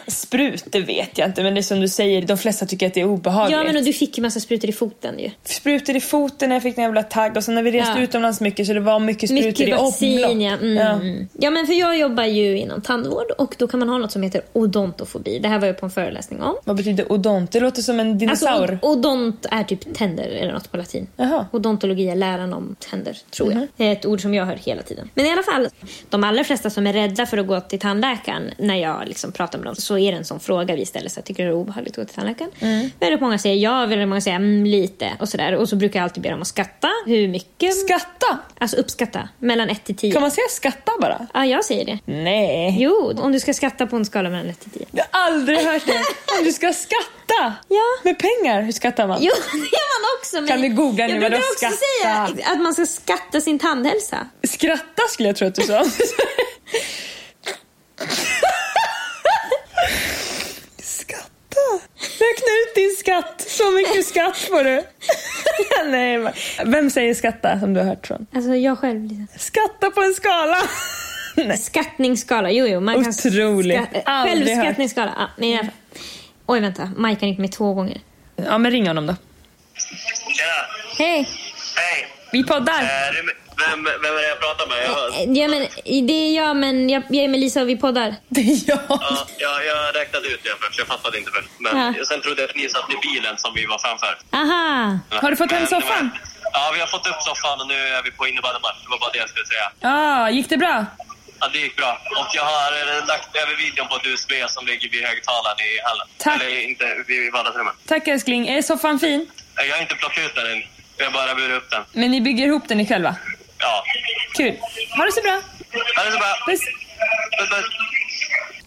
[SPEAKER 2] sprut, det vet jag inte. Men det är som du säger, de flesta tycker att det är obehagligt.
[SPEAKER 3] Ja men och du fick ju massa sprutor i foten ju.
[SPEAKER 2] Sprutor i foten, jag fick en jävla tagg och sen när vi reste
[SPEAKER 3] Ja.
[SPEAKER 2] utomlands mycket så det var mycket sprutor i
[SPEAKER 3] Mycket vaccin
[SPEAKER 2] omlopp.
[SPEAKER 3] ja. Mm. Ja. men för jag jobbar ju inom tandvård och då kan man ha något som heter odontofobi. Det här var jag på en föreläsning om.
[SPEAKER 2] Vad betyder odont? Det låter som en
[SPEAKER 3] Alltså,
[SPEAKER 2] dinosaur.
[SPEAKER 3] od- odont är typ tänder eller något på latin.
[SPEAKER 2] Jaha.
[SPEAKER 3] Odontologi är läran om tänder, tror
[SPEAKER 2] Mhm.
[SPEAKER 3] jag. Det är ett ord som jag hör hela tiden. Men i alla fall, de allra flesta som är rädda för att gå till tandläkaren, när jag liksom pratar med dem, så är det en sån fråga vi ställer. Så här, tycker du det är obehagligt att gå till tandläkaren?
[SPEAKER 2] Mm.
[SPEAKER 3] Väldigt många säger ja, väldigt många säger mm, lite och sådär. Och så brukar jag alltid be dem att skatta. Hur mycket?
[SPEAKER 2] Skatta!
[SPEAKER 3] alltså uppskatta, mellan 1 till 10.
[SPEAKER 2] Kan man säga skatta bara?
[SPEAKER 3] Ja, jag säger det.
[SPEAKER 2] Nej.
[SPEAKER 3] Jo, om du ska skatta på en skala mellan 1 till 10.
[SPEAKER 2] Jag har aldrig hört det. Om du ska skatta
[SPEAKER 3] Ja.
[SPEAKER 2] med pengar, hur skattar man?
[SPEAKER 3] Jo, [laughs] det gör man också. Men
[SPEAKER 2] Kan du googla nu
[SPEAKER 3] Jag
[SPEAKER 2] vad
[SPEAKER 3] brukar
[SPEAKER 2] det är
[SPEAKER 3] också
[SPEAKER 2] att
[SPEAKER 3] säga
[SPEAKER 2] skatta?
[SPEAKER 3] att man ska skatta sin tandhälsa.
[SPEAKER 2] Skratta skulle jag tro att du sa. Skatta. Räkna ut din skatt. Så mycket skatt får du. [laughs] Nej, va- vem säger skatta som du har hört från?
[SPEAKER 3] Alltså jag själv. Liksom.
[SPEAKER 2] Skatta på en skala. [laughs] Nej.
[SPEAKER 3] Skattningsskala, jo jo. Man
[SPEAKER 2] Otroligt.
[SPEAKER 3] Kan skatta,
[SPEAKER 2] Aldrig hört.
[SPEAKER 3] självskattningsskala. Ja, men i alla fall. Oj vänta, Majkan gick med två gånger.
[SPEAKER 2] Ja, men ring honom då.
[SPEAKER 5] Tjena!
[SPEAKER 3] Hej!
[SPEAKER 5] Hej!
[SPEAKER 2] Vi poddar.
[SPEAKER 5] Eh, Remi- Vem, vem är det jag pratar med? Jag, hör-
[SPEAKER 3] Eh, Ja, men, det är jag men jag, jag är med Lisa och vi poddar.
[SPEAKER 2] Det är jag.
[SPEAKER 5] ja, jag, jag räknade ut det först, jag fattade inte först. Men
[SPEAKER 3] Ja.
[SPEAKER 5] sen trodde jag att ni satt i bilen som vi var framför.
[SPEAKER 3] Aha!
[SPEAKER 2] Har du fått hem
[SPEAKER 5] Men det var-
[SPEAKER 2] soffan?
[SPEAKER 5] Ja, vi har fått upp soffan och nu är vi på innebandymatch. Det var bara det jag skulle säga.
[SPEAKER 2] Ja, gick det bra?
[SPEAKER 5] Ja, det gick bra. Och jag har eh, lagt över videon på ett USB som ligger vid högtalaren i hallen.
[SPEAKER 2] Tack.
[SPEAKER 5] Eller inte, vid vardagsrummet.
[SPEAKER 2] Tack älskling. Är soffan fin?
[SPEAKER 5] Eh, Jag har inte plockat ut den än. Jag har bara burit upp den.
[SPEAKER 2] Men ni bygger ihop den ni själva?
[SPEAKER 5] Ja.
[SPEAKER 2] Kul. Ha det så bra.
[SPEAKER 5] Ha det så bra!
[SPEAKER 2] Puss.
[SPEAKER 5] Puss, puss.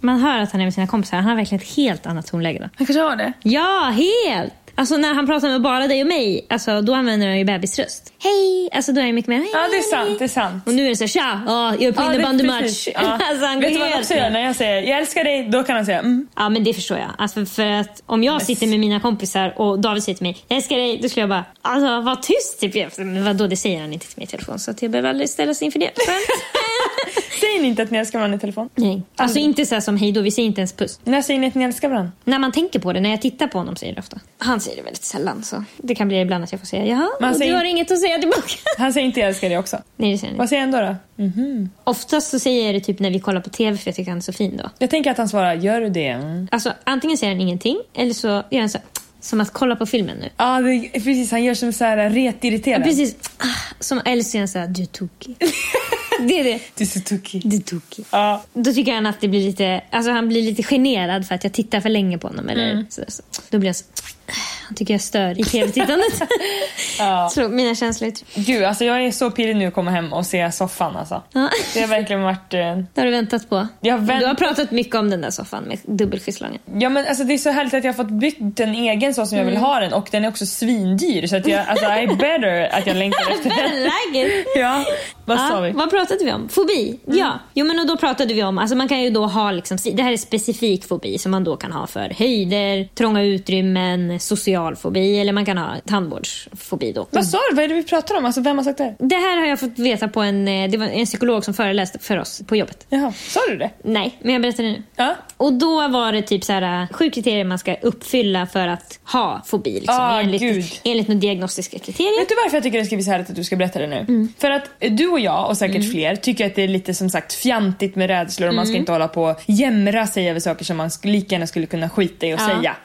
[SPEAKER 3] Man hör att han är med sina kompisar. Han har verkligen ett helt annat tonläge då.
[SPEAKER 2] Han kanske har det.
[SPEAKER 3] Ja, helt! Alltså när han pratar med bara dig och mig, alltså, då använder han ju bebisröst. Hej! Alltså då är det mycket mer hej,
[SPEAKER 2] Ja, det är
[SPEAKER 3] hej,
[SPEAKER 2] sant. Det är
[SPEAKER 3] hej.
[SPEAKER 2] sant.
[SPEAKER 3] Och nu är det så här, tja, ja, jag är på
[SPEAKER 2] Ja, det- [laughs]
[SPEAKER 3] innebandymatch.
[SPEAKER 2] precis. Ja.
[SPEAKER 3] [laughs] Alltså han går
[SPEAKER 2] Vet du vad han
[SPEAKER 3] helt...
[SPEAKER 2] också gör? När jag säger jag älskar dig, då kan han säga mm.
[SPEAKER 3] Ja men det förstår jag. Alltså för att om jag sitter med mina kompisar och David säger till mig jag älskar dig, då skulle jag bara alltså var tyst typ. Men vadå det säger han inte till mig i telefon så att jag behöver aldrig ställa sig inför [laughs] det. Skönt.
[SPEAKER 2] Säger ni inte att ni älskar varandra i telefon?
[SPEAKER 3] Nej. Alltså inte så här som hej då, vi säger inte ens puss.
[SPEAKER 2] När säger ni att ni älskar varandra?
[SPEAKER 3] När man tänker på det, när jag tittar på honom säger det ofta. Han säger det väldigt sällan så det kan bli ibland att jag får säga jaha,
[SPEAKER 2] Man
[SPEAKER 3] och
[SPEAKER 2] säger-
[SPEAKER 3] du har inget att säga tillbaka.
[SPEAKER 2] Han säger inte jag älskar dig också.
[SPEAKER 3] Nej det säger han
[SPEAKER 2] Vad
[SPEAKER 3] inte.
[SPEAKER 2] säger han då? då?
[SPEAKER 3] Oftast så säger jag det typ när vi kollar på TV för jag tycker han är så fin då.
[SPEAKER 2] Jag tänker att han svarar gör du det? Mm.
[SPEAKER 3] Alltså antingen säger han ingenting eller så gör han så här, som att kolla på filmen nu.
[SPEAKER 2] Ja det är- precis, han gör som så här retirriterad.
[SPEAKER 3] Ja, precis. Ah, Som Elsie säger du är tokig. det är det.
[SPEAKER 2] Du är så tokig.
[SPEAKER 3] Du är tokig.
[SPEAKER 2] Ja.
[SPEAKER 3] Då tycker han att det blir lite, alltså han blir lite generad för att jag tittar för länge på honom. Eller
[SPEAKER 2] Mm.
[SPEAKER 3] så, så. Då blir han så, ah, han tycker jag stör i
[SPEAKER 2] [laughs]
[SPEAKER 3] tv-tittandet.
[SPEAKER 2] Ja.
[SPEAKER 3] Så mina känslor.
[SPEAKER 2] Gud alltså jag är så pirrig nu att komma hem och se soffan alltså.
[SPEAKER 3] Ja.
[SPEAKER 2] Det har verkligen varit... eh,
[SPEAKER 3] Det har du väntat på.
[SPEAKER 2] Jag har vänt-
[SPEAKER 3] Du har pratat mycket om den där soffan med dubbelskysslången.
[SPEAKER 2] Ja men alltså det är så härligt att jag har fått byggt en egen så som jag vill ha den och den är också svindyr så att jag, alltså I better att jag
[SPEAKER 3] [laughs]
[SPEAKER 2] längtar efter den.
[SPEAKER 3] Läget.
[SPEAKER 2] Ja, vad
[SPEAKER 3] Ja,
[SPEAKER 2] sa vi?
[SPEAKER 3] Ah,
[SPEAKER 2] Mm.
[SPEAKER 3] Vad pratade vi om? Fobi? Ja. Jo men och då pratade vi om, alltså man kan ju då ha liksom, det här är specifik fobi som man då kan ha för höjder, trånga utrymmen, social fobi eller man kan ha tandvårdsfobi då.
[SPEAKER 2] Vad sa du? Vad är det vi pratar om? Alltså vem har sagt det?
[SPEAKER 3] Det här har jag fått veta på en, eh, det var en psykolog som föreläste för oss på jobbet.
[SPEAKER 2] Jaha, sa du det?
[SPEAKER 3] Nej, men jag berättar det nu.
[SPEAKER 2] Ja.
[SPEAKER 3] Och då var det typ så här, eh, sju kriterier man ska uppfylla för att ha fobi. Liksom,
[SPEAKER 2] Ah, gud.
[SPEAKER 3] enligt, enligt några diagnostiska kriterier.
[SPEAKER 2] Vet du varför jag tycker det ska bli så härligt att du ska berätta det nu?
[SPEAKER 3] Mm.
[SPEAKER 2] För att eh, du och jag, och säkert fler, tycker att det är lite som sagt fjantigt med
[SPEAKER 3] Mm.
[SPEAKER 2] rädslor och man ska inte hålla på och jämra sig över saker som man sk- lika gärna skulle kunna skita i och
[SPEAKER 3] Ja.
[SPEAKER 2] säga.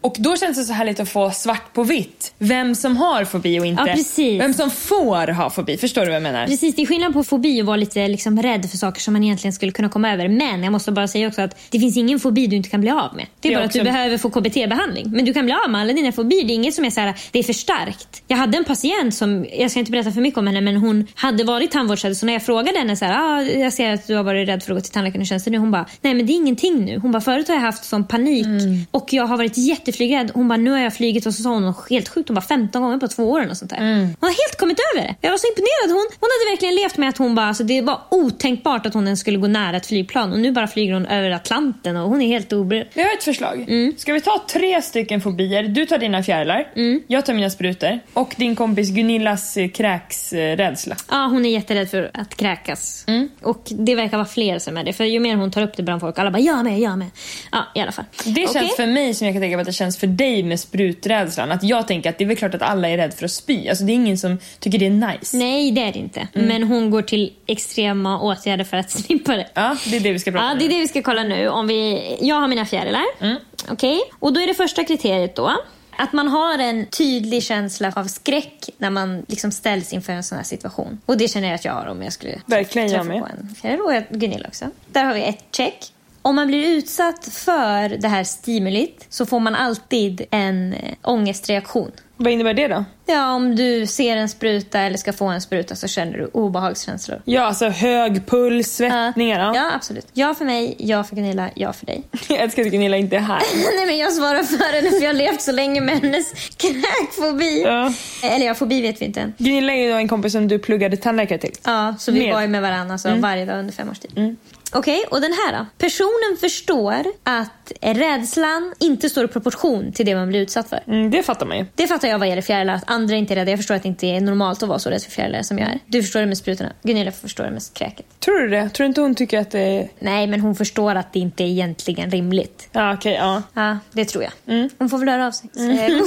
[SPEAKER 2] Och då känns det så härligt att få svart på vitt. Vem som har fobi och inte.
[SPEAKER 3] Ja, precis.
[SPEAKER 2] Vem som får ha fobi. Förstår du vad jag menar?
[SPEAKER 3] Precis, det är skillnad på fobi och vara lite liksom rädd för saker som man egentligen skulle kunna komma över. Men jag måste bara säga också att det finns ingen fobi du inte kan bli av med. Det är
[SPEAKER 2] Det är
[SPEAKER 3] bara att
[SPEAKER 2] också-
[SPEAKER 3] du behöver få KBT-behandling. Men du kan bli av med alla dina fobier. Det är inget som är så här, det är för starkt. Jag hade en patient som, jag ska inte berätta för mycket om henne, men hon hade varit tandvårdsrädd. Så när jag frågade henne så här, ah, jag ser att du har varit rädd för att gå till tandläkaren, hur känns det nu? Hon bara, nej men det är ingenting nu. Hon bara, förut har jag haft sån panik
[SPEAKER 2] Mm.
[SPEAKER 3] och jag har varit jätteflygrädd. Hon bara, nu har jag flugit och så sa hon något helt sjukt, hon bara 15 gånger på två år och sånt där.
[SPEAKER 2] Mm.
[SPEAKER 3] Hon har helt kommit över det. Jag var så imponerad. Hon, hon hade verkligen levt med att hon bara, alltså det var otänkbart att hon ens skulle gå nära ett flygplan och nu bara flyger hon över Atlanten och hon är helt obrydd.
[SPEAKER 2] Jag har ett förslag.
[SPEAKER 3] Mm.
[SPEAKER 2] Ska vi ta tre stycken fobier? Du tar dina fjärilar,
[SPEAKER 3] Mm.
[SPEAKER 2] jag tar mina sprutor och din kompis Gunillas eh, kräksrädsla.
[SPEAKER 3] Ja, hon är jätterädd för att kräkas.
[SPEAKER 2] Mm.
[SPEAKER 3] Och det verkar vara fler som är det. För ju mer hon tar upp det bland folk, alla bara jag med, jag med. Ja, i alla fall.
[SPEAKER 2] Det
[SPEAKER 3] Okej.
[SPEAKER 2] känns för mig som jag kan tänka mig att det känns för dig med spruträdslan. Att jag tänker att det är väl klart att alla är rädda för att spy. Alltså det är ingen som tycker det är nice.
[SPEAKER 3] Nej, det är det inte.
[SPEAKER 2] Mm.
[SPEAKER 3] Men hon går till extrema åtgärder för att [laughs] slippa det.
[SPEAKER 2] Ja, det är det vi ska prata
[SPEAKER 3] Ja,
[SPEAKER 2] om.
[SPEAKER 3] det är det vi ska kolla nu. Om vi, jag har mina fjärilar.
[SPEAKER 2] Mm.
[SPEAKER 3] Okej. Och då är det första kriteriet då. Att man har en tydlig känsla av skräck när man liksom ställs inför en sån här situation. Och det känner jag att jag har om jag skulle
[SPEAKER 2] Verkligen, jag
[SPEAKER 3] träffa
[SPEAKER 2] med.
[SPEAKER 3] på en fjäril. Och jag- Gunilla också. Där har vi ett check. Om man blir utsatt för det här stimulit så får man alltid en eh, ångestreaktion.
[SPEAKER 2] Vad innebär det då?
[SPEAKER 3] Ja, om du ser en spruta eller ska få en spruta så känner du obehagskänslor.
[SPEAKER 2] Ja, alltså hög puls, svettningar.
[SPEAKER 3] Ja.
[SPEAKER 2] Ja.
[SPEAKER 3] ja, absolut. Ja för mig, ja för Gunilla, ja för dig.
[SPEAKER 2] [laughs] Jag älskar att Gunilla inte är här.
[SPEAKER 3] [laughs] Nej men jag svarar för henne för jag har levt så länge med hennes kräkfobi.
[SPEAKER 2] Ja.
[SPEAKER 3] Eller ja, fobi vet vi inte än.
[SPEAKER 2] Gunilla är ju då en kompis som du pluggade tandläkare till.
[SPEAKER 3] Ja, så vi
[SPEAKER 2] Med. Mm.
[SPEAKER 3] var ju med varandra så varje dag under fem års tid. Okej, och den här då? Personen förstår att rädslan inte står i proportion till det man blir utsatt för.
[SPEAKER 2] Mm, det fattar man ju.
[SPEAKER 3] Det fattar jag vad gäller fjärilar, att andra inte är rädda. Jag förstår att det inte är normalt att vara så rädd för fjärilar som jag är. Du förstår det med sprutorna. Gunilla förstår det med kräket.
[SPEAKER 2] Tror du det? Tror du inte hon tycker att det är...
[SPEAKER 3] Nej, men hon förstår att det inte är egentligen rimligt.
[SPEAKER 2] Ja, okej, ja. Mm.
[SPEAKER 3] Ja, det tror jag. Hon får väl höra av sig. Eh,
[SPEAKER 2] [laughs]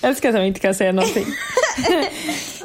[SPEAKER 2] Jag älskar att hon inte kan säga
[SPEAKER 3] [laughs]
[SPEAKER 2] någonting.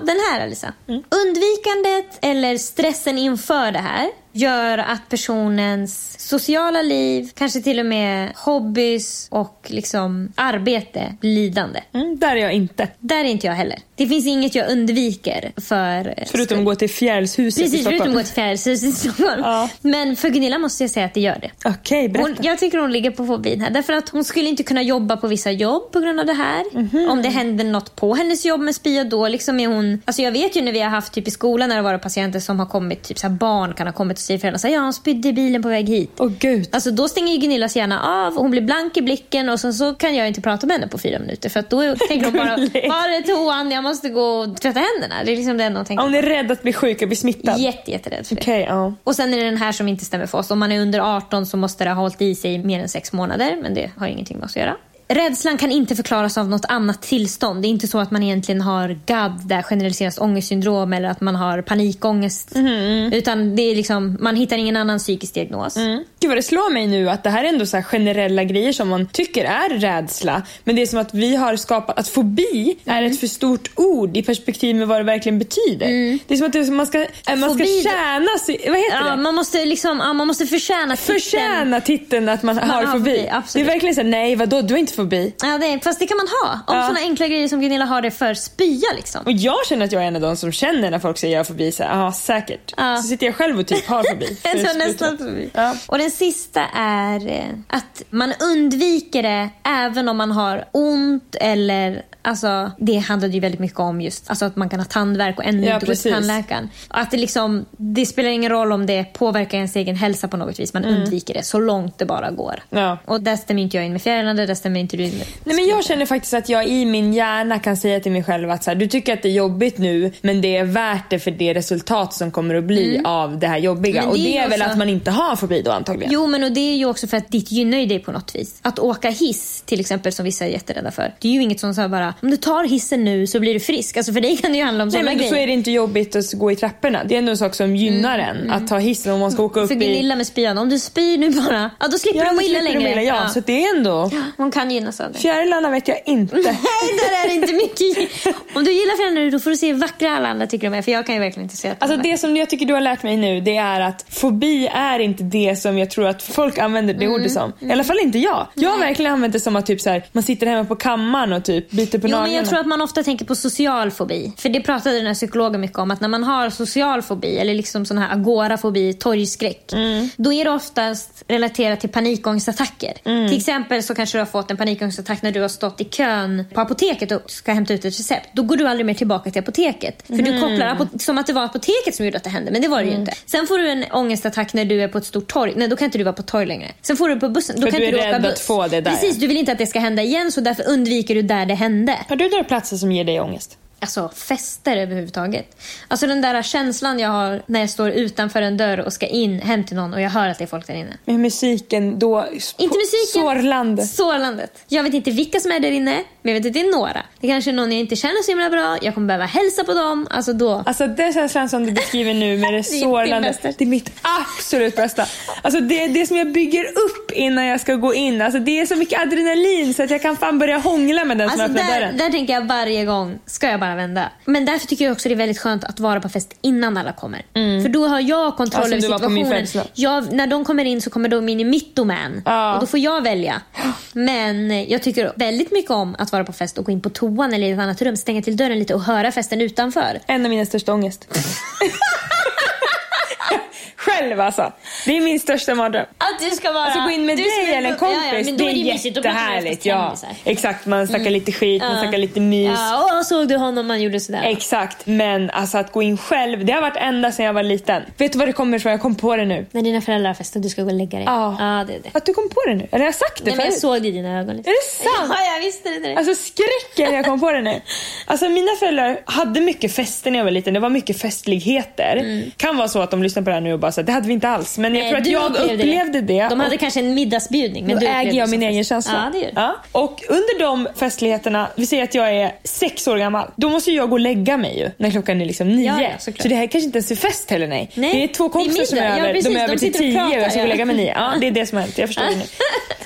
[SPEAKER 3] Den här Alisa. Undvikandet eller stressen inför det här gör att personens sociala liv, kanske till och med hobbys och liksom arbete blir lidande.
[SPEAKER 2] Mm, där är jag inte.
[SPEAKER 3] Där är inte jag heller. Det finns inget jag undviker för...
[SPEAKER 2] Förutom att gå till Fjärilshuset i
[SPEAKER 3] Precis,
[SPEAKER 2] Stockholm.
[SPEAKER 3] förutom att gå till fjärilshuset i [laughs] Stockholm.
[SPEAKER 2] Ja.
[SPEAKER 3] Men för Gunilla måste jag säga att det gör det.
[SPEAKER 2] Okej, berätta.
[SPEAKER 3] Hon, jag tycker hon ligger på fobin här. Därför att hon skulle inte kunna jobba på vissa jobb på grund av det här.
[SPEAKER 2] Mhm.
[SPEAKER 3] Om det händer något på hennes jobb med spya då liksom är hon... Alltså jag vet ju när vi har haft typ i skolan när det har varit patienter som har kommit, typ så här barn kan ha kommit och säger föräldrarna så här, ja hon spydde i bilen på väg hit.
[SPEAKER 2] Åh gud.
[SPEAKER 3] Alltså då stänger ju Gunillas hjärna av och hon blir blank i blicken och sen så kan jag inte prata med henne på fyra minuter för att då tänker hon
[SPEAKER 2] [laughs]
[SPEAKER 3] bara
[SPEAKER 2] Gulligt.
[SPEAKER 3] var är toan, jag måste gå och tvätta händerna. Det är liksom det enda hon
[SPEAKER 2] Ja,
[SPEAKER 3] tänker.
[SPEAKER 2] Hon är rädd att bli sjuk och bli smittad.
[SPEAKER 3] Jätte, jätterädd för det.
[SPEAKER 2] Okej, ja.
[SPEAKER 3] Och sen är det den här som inte stämmer för oss. Om man är under 18 så måste det ha hållit i sig i mer än sex månader, men det har ju ingenting med oss att göra. Rädslan kan inte förklaras av något annat tillstånd. Det är inte så att man egentligen har GAD, där generaliseras ångestsyndrom, eller att man har panikångest.
[SPEAKER 2] Mm.
[SPEAKER 3] Utan det är liksom, man hittar ingen annan psykisk diagnos.
[SPEAKER 2] Gud vad det slår mig nu att det här är ändå så här generella grejer som man tycker är rädsla. Men det är som att vi har skapat, att fobi
[SPEAKER 3] Mm.
[SPEAKER 2] är ett för stort ord i perspektiv med vad det verkligen betyder. Det är som att det är som man ska, äh, man ska
[SPEAKER 3] Mm. Fobi-
[SPEAKER 2] tjäna sig, vad heter
[SPEAKER 3] Ja,
[SPEAKER 2] det?
[SPEAKER 3] man, måste liksom, ja, man måste förtjäna titeln.
[SPEAKER 2] Förtjäna titeln att man, har
[SPEAKER 3] har
[SPEAKER 2] fobi.
[SPEAKER 3] fobi, absolut.
[SPEAKER 2] Det är verkligen såhär, nej vadå du har inte fobi.
[SPEAKER 3] Ja, det, är- fast det kan man ha. Om
[SPEAKER 2] Ja.
[SPEAKER 3] sådana enkla grejer som Gunilla har det för spya liksom.
[SPEAKER 2] Och jag känner att jag är en av de som känner när folk säger jag har fobi, så här, ja säkert.
[SPEAKER 3] Ja.
[SPEAKER 2] Så sitter jag själv och typ har
[SPEAKER 3] [laughs]
[SPEAKER 2] fobi. För
[SPEAKER 3] Jag tror
[SPEAKER 2] sprutor.
[SPEAKER 3] nästan förbi.
[SPEAKER 2] Ja.
[SPEAKER 3] Och den sista är eh, att man undviker det även om man har ont eller Alltså, det handlade ju väldigt mycket om just alltså att man kan ha tandvärk och ändå
[SPEAKER 2] Ja,
[SPEAKER 3] inte gå till
[SPEAKER 2] precis.
[SPEAKER 3] tandläkaren. Att det, liksom, det spelar ingen roll om det påverkar ens egen hälsa på något vis. Man undviker det så långt det bara går.
[SPEAKER 2] Mm. Ja.
[SPEAKER 3] Och där stämmer inte jag in med fjärilarna, där stämmer inte du in med...
[SPEAKER 2] Nej men jag känner faktiskt att jag i min hjärna kan säga till mig själv att så här, du tycker att det är jobbigt nu men det är värt det för det resultat som kommer att bli av det här jobbiga.
[SPEAKER 3] Mm. Men det
[SPEAKER 2] och
[SPEAKER 3] är
[SPEAKER 2] det
[SPEAKER 3] ju
[SPEAKER 2] är väl
[SPEAKER 3] också-
[SPEAKER 2] att man inte har fobi då antagligen.
[SPEAKER 3] Jo, men och det är ju också för att ditt gynnar ju dig på något vis. Att åka hiss till exempel, som vissa är jätterädda för. Det är ju inget som säger bara, om du tar hissen nu så blir du frisk. Alltså för dig kan det ju handla om
[SPEAKER 2] Nej
[SPEAKER 3] sådana
[SPEAKER 2] men
[SPEAKER 3] grejer.
[SPEAKER 2] så är det inte jobbigt att gå i trapporna. Det är ändå en sak som gynnar en. Att ta hissen om man ska åka upp
[SPEAKER 3] mm. För
[SPEAKER 2] i...
[SPEAKER 3] Gunilla med spyan, om du spyr nu bara, ja då slipper
[SPEAKER 2] Ja, typ då
[SPEAKER 3] du må illa
[SPEAKER 2] slipper du må
[SPEAKER 3] längre.
[SPEAKER 2] illa, ja,
[SPEAKER 3] Ja.
[SPEAKER 2] så det är ändå...
[SPEAKER 3] Hon kan ju gin och soda.
[SPEAKER 4] Fjärilarna vet jag
[SPEAKER 3] [laughs]
[SPEAKER 4] inte.
[SPEAKER 3] Nej, där är det inte mycket gin. Om du gillar fjärilar då får du se hur vackra alla andra tycker de är. För jag kan ju verkligen inte se att de
[SPEAKER 2] Alltså
[SPEAKER 3] är.
[SPEAKER 2] det som jag tycker du har lärt mig nu det är att fobi är inte det som jag tror att folk använder
[SPEAKER 3] Mm,
[SPEAKER 2] det ordet som. I alla fall inte jag. Jag har verkligen använt det som att typ så här, man sitter hemma på kammaren och typ byter på
[SPEAKER 3] Jo, men
[SPEAKER 2] naglarna.
[SPEAKER 3] jag tror att man ofta tänker på social fobi. För det pratade den här psykologen mycket om. Att när man har social fobi, eller liksom sån här agorafobi, torgskräck. Då är det oftast relaterat till panikångestattacker. Till exempel så kanske du har fått en panikångestattack när du har stått i kön på apoteket och ska hämta ut ett recept. Då går du aldrig mer tillbaka till apoteket. För du kopplar apo- som att det var apoteket som gjorde att det hände. Men det var det ju inte. Sen får du en ångestattack när du är på ett stort torg. Nej, då kan inte du vara på torg längre. Sen får du det på bussen. Då
[SPEAKER 2] För
[SPEAKER 3] kan
[SPEAKER 2] du
[SPEAKER 3] inte
[SPEAKER 2] är
[SPEAKER 3] du åka
[SPEAKER 2] rädd att
[SPEAKER 3] buss.
[SPEAKER 2] få det där,
[SPEAKER 3] Precis, du vill inte att det ska hända igen så därför undviker du där det hände
[SPEAKER 2] Har du några platser som ger dig ångest?
[SPEAKER 3] alltså, fester överhuvudtaget. Alltså den där känslan jag har när jag står utanför en dörr och ska in hem till någon och jag hör att det är folk där inne.
[SPEAKER 2] Med musiken då...
[SPEAKER 3] Inte musiken.
[SPEAKER 2] Sårland.
[SPEAKER 3] Sårlandet. Jag vet inte vilka som är där inne, men jag vet att det är några. Det kanske är någon jag inte känner så himla bra. Jag kommer behöva hälsa på dem. Alltså då.
[SPEAKER 2] Alltså den känslan som du beskriver nu med
[SPEAKER 3] [laughs]
[SPEAKER 2] det
[SPEAKER 3] din
[SPEAKER 2] sårlande,
[SPEAKER 3] bästa.
[SPEAKER 2] det är mitt absolut bästa. Alltså det, det som jag bygger upp innan jag ska gå in, alltså det är så mycket adrenalin så att jag kan fan börja hångla med den
[SPEAKER 3] Alltså
[SPEAKER 2] som öppnar
[SPEAKER 3] där,
[SPEAKER 2] dörren.
[SPEAKER 3] där tänker jag varje gång, ska jag bara vända? Men därför tycker jag också det är väldigt skönt att vara på fest innan alla kommer. För då har jag kontroll
[SPEAKER 2] Alltså,
[SPEAKER 3] över
[SPEAKER 2] du var på min
[SPEAKER 3] situationen.
[SPEAKER 2] födelsedag.
[SPEAKER 3] Jag, när de kommer in så kommer de in i mitt domän.
[SPEAKER 2] Ja.
[SPEAKER 3] Och då får jag välja. Men jag tycker väldigt mycket om att vara på fest och gå in på toan eller i ett annat rum, stänga till dörren lite och höra festen utanför.
[SPEAKER 2] En av mina största ångest. [laughs] Själv alltså. Det är min största mardröm.
[SPEAKER 3] Att du ska vara...
[SPEAKER 2] Alltså gå in med dig eller en kompis,
[SPEAKER 3] Ja, ja, men då
[SPEAKER 2] det är,
[SPEAKER 3] är det mysigt. Då pratar man
[SPEAKER 2] jättehärligt.
[SPEAKER 3] oftast
[SPEAKER 2] Ja,
[SPEAKER 3] kändisar.
[SPEAKER 2] exakt, man snackar lite skit, man
[SPEAKER 3] Ja.
[SPEAKER 2] snackar lite mys.
[SPEAKER 3] Ja, och såg du honom man gjorde sådär?
[SPEAKER 2] Exakt, men alltså att gå in själv, det har varit ända sedan jag var liten. Vet du var det kommer ifrån? Jag kom på det nu.
[SPEAKER 3] När dina föräldrar har fest och du ska gå och lägga dig.
[SPEAKER 2] Ja.
[SPEAKER 3] ja det är det.
[SPEAKER 2] Att du kom på det nu? Eller har jag sagt det
[SPEAKER 3] Nej, men jag
[SPEAKER 2] förut?
[SPEAKER 3] såg det i dina ögon. Liksom.
[SPEAKER 2] Är det sant?
[SPEAKER 3] Ja, jag visste det direkt.
[SPEAKER 2] Alltså skräcken jag kom på det nu. Alltså mina föräldrar hade mycket fester när jag var liten. Det var mycket festligheter. Kan vara så att de lyssnar på det här nu och bara så här, det hade vi inte alls. Men jag
[SPEAKER 3] Mm.
[SPEAKER 2] tror
[SPEAKER 3] Nej,
[SPEAKER 2] att
[SPEAKER 3] Eh, du
[SPEAKER 2] jag upplevde det.
[SPEAKER 3] De hade
[SPEAKER 2] och
[SPEAKER 3] kanske en middagsbjudning. Men
[SPEAKER 2] då
[SPEAKER 3] du
[SPEAKER 2] äger
[SPEAKER 3] upplevde
[SPEAKER 2] jag
[SPEAKER 3] det
[SPEAKER 2] min
[SPEAKER 3] som
[SPEAKER 2] egen
[SPEAKER 3] fest.
[SPEAKER 2] känsla.
[SPEAKER 3] Ja, det gör du.
[SPEAKER 2] Ja. Och under de festligheterna, vi säger att jag är sex år gammal. Då måste ju jag gå och lägga mig ju när klockan är liksom nio.
[SPEAKER 3] Ja, ja, såklart.
[SPEAKER 2] så det här kanske inte ens är fest heller nej.
[SPEAKER 3] Nej,
[SPEAKER 2] Det är två
[SPEAKER 3] det är
[SPEAKER 2] kompisar som
[SPEAKER 3] middag.
[SPEAKER 2] är
[SPEAKER 3] Ja,
[SPEAKER 2] över.
[SPEAKER 3] precis,
[SPEAKER 2] de är över
[SPEAKER 3] de
[SPEAKER 2] till
[SPEAKER 3] sitter och
[SPEAKER 2] tio och jag ska
[SPEAKER 3] pratar,
[SPEAKER 2] gå och
[SPEAKER 3] ja.
[SPEAKER 2] lägga mig nio. Ja, det är det som har hänt. Jag
[SPEAKER 3] [laughs]
[SPEAKER 2] förstår det nu.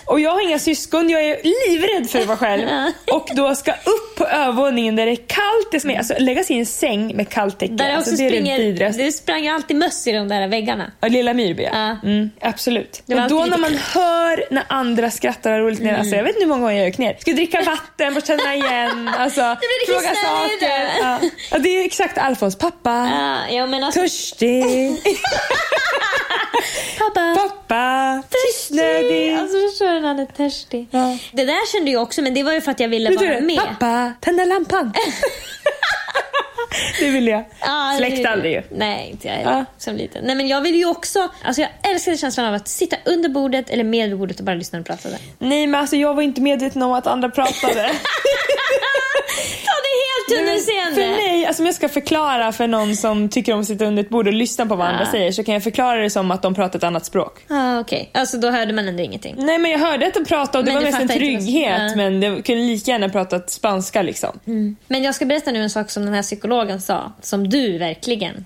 [SPEAKER 2] Och jag har inga syskon, jag är livrädd för att vara
[SPEAKER 3] [laughs]
[SPEAKER 2] själv. Och då ska upp på övervåningen där det är kallt. Det som är, alltså, lägga sig i en säng med kallt täcke.
[SPEAKER 3] [laughs] Där
[SPEAKER 2] alltså,
[SPEAKER 3] också
[SPEAKER 2] det är
[SPEAKER 3] springer,
[SPEAKER 2] det vidrigaste.
[SPEAKER 3] det sprang ju alltid möss i de där väggarna.
[SPEAKER 2] Ja, Lilla Myrby ja.
[SPEAKER 3] Ja.
[SPEAKER 2] Mm, absolut.
[SPEAKER 3] var
[SPEAKER 2] Och då när
[SPEAKER 3] alltid lite- Mm.
[SPEAKER 2] man hör när andra skrattar och har roligt ner. Alltså, jag vet inte hur många gånger jag gick ner. Ska dricka vatten, borsta tänderna
[SPEAKER 3] [laughs]
[SPEAKER 2] igen, alltså,
[SPEAKER 3] blir riktigt
[SPEAKER 2] fråga
[SPEAKER 3] snäll i det.
[SPEAKER 2] saker. Ja. Ja, det är exakt Alfons pappa.
[SPEAKER 3] Ja, ja, men alltså, [laughs]
[SPEAKER 2] Törstig,
[SPEAKER 3] pappa.
[SPEAKER 2] pappa, kissnödig.
[SPEAKER 3] Alltså förstår du när han är törstig.
[SPEAKER 2] Ja.
[SPEAKER 3] Det där kände jag också men det var ju för att jag ville
[SPEAKER 2] Vet du
[SPEAKER 3] vara
[SPEAKER 2] det?
[SPEAKER 3] med.
[SPEAKER 2] Pappa, tända
[SPEAKER 3] [laughs]
[SPEAKER 2] lampan. det vill jag.
[SPEAKER 3] Ja, det-
[SPEAKER 2] Släkt aldrig ju.
[SPEAKER 3] Nej, inte jag
[SPEAKER 2] Ja.
[SPEAKER 3] heller. Som liten. Nej, men jag vill ju också... Alltså jag älskade känslan av att sitta under bordet eller med vid bordet och bara lyssna och prata. Där.
[SPEAKER 2] Nej men alltså jag var inte medveten om att andra pratade.
[SPEAKER 3] [laughs] Ta det helt
[SPEAKER 2] Nej, [laughs] men
[SPEAKER 3] tunnelseende!
[SPEAKER 2] För mig, alltså om jag ska förklara för någon som tycker om att sitta under ett bord och lyssna på vad andra
[SPEAKER 3] Ja.
[SPEAKER 2] säger så kan jag förklara det som att de pratar ett annat språk.
[SPEAKER 3] Ah, Okej, alltså då hörde man ändå ingenting.
[SPEAKER 2] Nej men jag hörde att de pratade och det
[SPEAKER 3] Men
[SPEAKER 2] var
[SPEAKER 3] du
[SPEAKER 2] mest en
[SPEAKER 3] fattar inte vad-
[SPEAKER 2] trygghet
[SPEAKER 3] Ja.
[SPEAKER 2] men de kunde lika gärna pratat spanska liksom.
[SPEAKER 3] Men jag ska berätta nu en sak som den här psykologen sa, som du verkligen.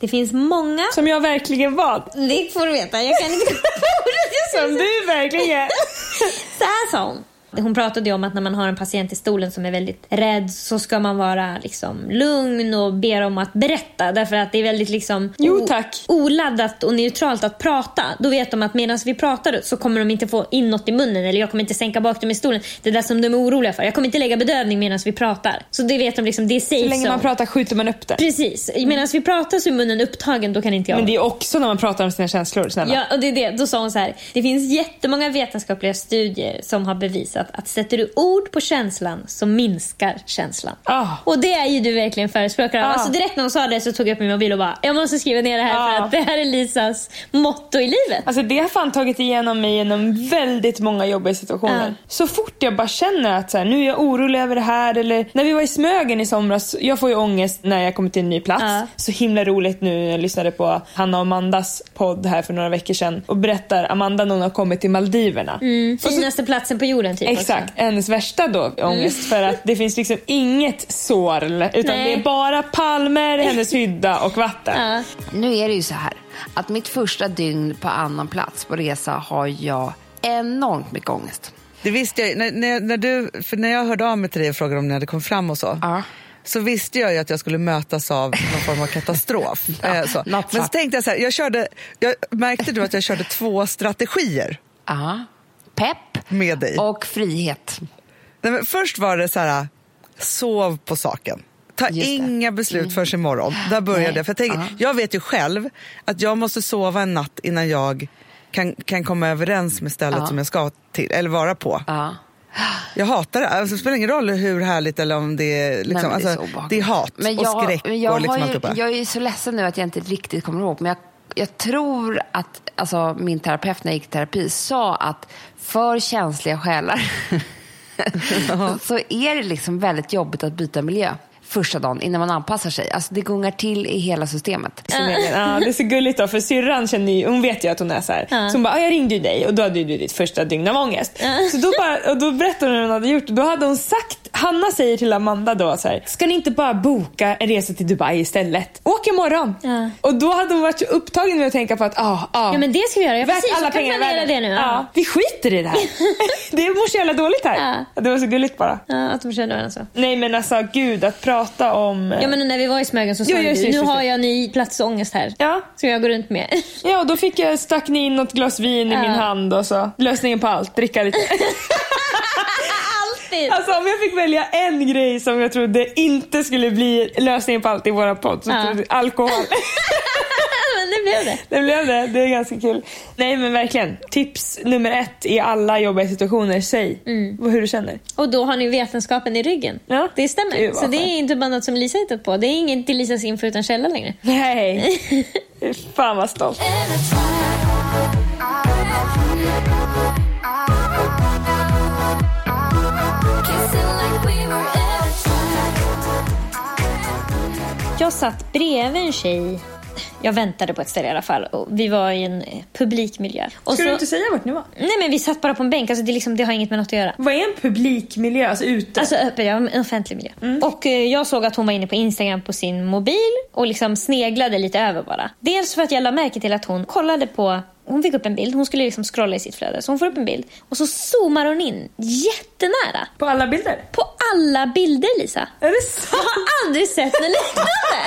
[SPEAKER 3] Det finns många...
[SPEAKER 2] Som jag verkligen var.
[SPEAKER 3] Det får du veta, jag kan inte komma på ordet jag skulle
[SPEAKER 2] [laughs] Som
[SPEAKER 3] säga.
[SPEAKER 2] du verkligen är.
[SPEAKER 3] [laughs] Så här sa hon. Hon pratade ju om att när man har en patient i stolen som är väldigt rädd så ska man vara liksom lugn och be dem att berätta. Därför att det är väldigt liksom
[SPEAKER 2] Jo,
[SPEAKER 3] o-
[SPEAKER 2] tack.
[SPEAKER 3] oladdat och neutralt att prata. Då vet de att medan vi pratar så kommer de inte få in något i munnen eller jag kommer inte sänka bak dem i stolen. Det är det som de är oroliga för. Jag kommer inte lägga bedövning medan vi pratar. Så det vet de liksom, det är safe
[SPEAKER 2] Så länge man
[SPEAKER 3] zone.
[SPEAKER 2] pratar skjuter man upp det.
[SPEAKER 3] Precis. Medan vi pratar så är munnen upptagen, då kan inte jag.
[SPEAKER 2] Men det är också när man pratar om sina känslor snälla.
[SPEAKER 3] Ja, och det är det. Då sa hon så här. Det finns jättemånga vetenskapliga studier som har bevisat att sätter du ord på känslan så minskar känslan.
[SPEAKER 2] Ah.
[SPEAKER 3] Och det är ju du verkligen förespråkare av.
[SPEAKER 2] Ah.
[SPEAKER 3] Alltså direkt när hon sa det så tog jag upp min mobil och bara, jag måste skriva ner det här
[SPEAKER 2] Ah.
[SPEAKER 3] för att det här är Lisas motto i livet.
[SPEAKER 2] Alltså det har fan tagit igenom mig genom väldigt många jobbiga situationer.
[SPEAKER 3] Ja.
[SPEAKER 2] Så fort jag bara känner att så här, nu är jag orolig över det här eller när vi var i Smögen i somras, jag får ju ångest när jag kommer till en ny plats.
[SPEAKER 3] Ja.
[SPEAKER 2] Så himla roligt nu när jag lyssnade på Hanna och Amandas podd här för några veckor sedan och berättar Amanda när hon har kommit till Maldiverna.
[SPEAKER 3] Mm. Finaste platsen på jorden typ.
[SPEAKER 2] Exakt, hennes värsta då ångest för att det finns liksom inget sår utan
[SPEAKER 3] Mm. Nej.
[SPEAKER 2] det är bara palmer, hennes hydda och vatten.
[SPEAKER 3] Ja.
[SPEAKER 6] Nu är det ju så här att mitt första dygn på annan plats på resa har jag enormt mycket ångest.
[SPEAKER 7] Det visste jag ju. när, när, när du, för när jag hörde av mig till dig och frågade om ni hade kommit fram och så.
[SPEAKER 4] Ja.
[SPEAKER 7] Så visste jag ju att jag skulle mötas av någon form av
[SPEAKER 6] [laughs]
[SPEAKER 7] katastrof. Eh, så. Men
[SPEAKER 4] något
[SPEAKER 7] så
[SPEAKER 4] sånt.
[SPEAKER 7] tänkte jag så här, jag körde, jag, märkte du att jag körde två strategier
[SPEAKER 6] Ja. Pepp
[SPEAKER 7] med dig?
[SPEAKER 6] och frihet.
[SPEAKER 7] Nej, men först var det så här, sov på saken. Ta
[SPEAKER 6] Just det.
[SPEAKER 7] inga beslut förrän imorgon. Där började
[SPEAKER 6] Nej.
[SPEAKER 7] jag. För jag, tänker,
[SPEAKER 6] Ja.
[SPEAKER 7] jag vet ju själv att jag måste sova en natt innan jag kan, kan komma överens med stället som jag ska till, eller vara på.
[SPEAKER 6] Ja.
[SPEAKER 7] Jag hatar det. Alltså, det spelar ingen roll hur härligt eller om det är,
[SPEAKER 6] Nej,
[SPEAKER 7] liksom,
[SPEAKER 6] men det är så
[SPEAKER 7] alltså,
[SPEAKER 6] obehagligt.
[SPEAKER 7] det är hat
[SPEAKER 6] Men
[SPEAKER 7] och skräck
[SPEAKER 6] men jag
[SPEAKER 7] och liksom
[SPEAKER 6] har ju,
[SPEAKER 7] alltihopa.
[SPEAKER 6] Jag är ju så ledsen nu att jag inte riktigt kommer ihåg, men jag, jag tror att alltså, min terapeut när jag gick i terapi sa att för känsliga själar [laughs] så är det liksom väldigt jobbigt att byta miljö första dagen innan man anpassar sig. Alltså det gungar till i hela systemet.
[SPEAKER 2] Som jag menar, ja, det är så gulligt då, för syrran känner ju, hon vet ju att hon är så här. Så hon bara, "Ja, jag ringde ju dig och då hade ju du ditt första dygn av ångest. Så då, bara, och då berättade hon hur hon hade gjort. Då hade hon sagt, Hanna säger till Amanda då så här, ska ni inte bara boka en resa till Dubai istället? Åk imorgon!
[SPEAKER 3] Ja.
[SPEAKER 2] Och då hade hon varit så upptagen med att tänka på att, ah, ah,
[SPEAKER 3] Ja men det ska vi göra. Ja,
[SPEAKER 2] Värt
[SPEAKER 3] precis, alla pengar
[SPEAKER 2] i
[SPEAKER 3] kan planera det
[SPEAKER 2] världen.
[SPEAKER 3] nu.
[SPEAKER 2] Ja.
[SPEAKER 3] Ja.
[SPEAKER 2] Vi skiter i det
[SPEAKER 3] [laughs]
[SPEAKER 2] här. det mår så jävla dåligt här.
[SPEAKER 3] Ja.
[SPEAKER 2] Det var så gulligt bara.
[SPEAKER 3] Ja, att de kände varandra så.
[SPEAKER 2] Nej men alltså gud, att prata om...
[SPEAKER 3] Ja men när vi var i Smögen så sa
[SPEAKER 2] Jo,
[SPEAKER 3] ju
[SPEAKER 2] just
[SPEAKER 3] du,
[SPEAKER 2] det,
[SPEAKER 3] nu
[SPEAKER 2] just
[SPEAKER 3] har
[SPEAKER 2] det.
[SPEAKER 3] jag ny platsångest här.
[SPEAKER 2] Ja.
[SPEAKER 3] Som jag går
[SPEAKER 2] [laughs]
[SPEAKER 3] runt med.
[SPEAKER 2] Ja, och då fick jag, stack ni in något glas vin i
[SPEAKER 3] Ja.
[SPEAKER 2] min hand och så lösningen på allt, dricka
[SPEAKER 3] [laughs]
[SPEAKER 2] lite.
[SPEAKER 3] [laughs] Alltid!
[SPEAKER 2] alltså om jag fick välja en grej som jag trodde inte skulle bli lösningen på allt i våra podd så
[SPEAKER 3] Ja.
[SPEAKER 2] trodde jag
[SPEAKER 3] [laughs]
[SPEAKER 2] alkohol.
[SPEAKER 3] [laughs] men det blev det.
[SPEAKER 2] det blev det, det är ganska kul. Nej men verkligen, tips nummer ett i alla jobbiga situationer, säg
[SPEAKER 3] Mm.
[SPEAKER 2] hur du känner.
[SPEAKER 3] Och då har ni vetenskapen i ryggen.
[SPEAKER 2] Ja.
[SPEAKER 3] Det stämmer.
[SPEAKER 2] Gud, vad
[SPEAKER 3] så det
[SPEAKER 2] skönt.
[SPEAKER 3] är inte bara något som Lisa hittat på. Det är inget till Lisas info utan källa längre. [laughs]
[SPEAKER 2] Nej, fan vad stolt.
[SPEAKER 3] Jag satt bredvid en tjej. Jag väntade på ett ställe i alla fall. Och vi var i en eh, publikmiljö. Och
[SPEAKER 2] Ska
[SPEAKER 3] så...
[SPEAKER 2] du inte säga vart ni var?
[SPEAKER 3] Nej men vi satt bara på en bänk. Alltså, det, är liksom, det har inget med något att göra.
[SPEAKER 2] Vad är en publikmiljö, alltså ute?
[SPEAKER 3] Alltså öppen, ja, en offentlig miljö.
[SPEAKER 2] Mm.
[SPEAKER 3] Och eh, jag såg att hon var inne på Instagram på sin mobil och liksom sneglade lite över bara. Dels för att jag la märke till att hon kollade på hon fick upp en bild, hon skulle liksom scrolla i sitt flöde, så hon får upp en bild och så zoomar hon in jättenära
[SPEAKER 2] på alla bilder?
[SPEAKER 3] på alla bilder Lisa.
[SPEAKER 2] Är det
[SPEAKER 3] Jag
[SPEAKER 2] sant?
[SPEAKER 3] har aldrig sett något
[SPEAKER 2] [laughs]
[SPEAKER 3] liknande.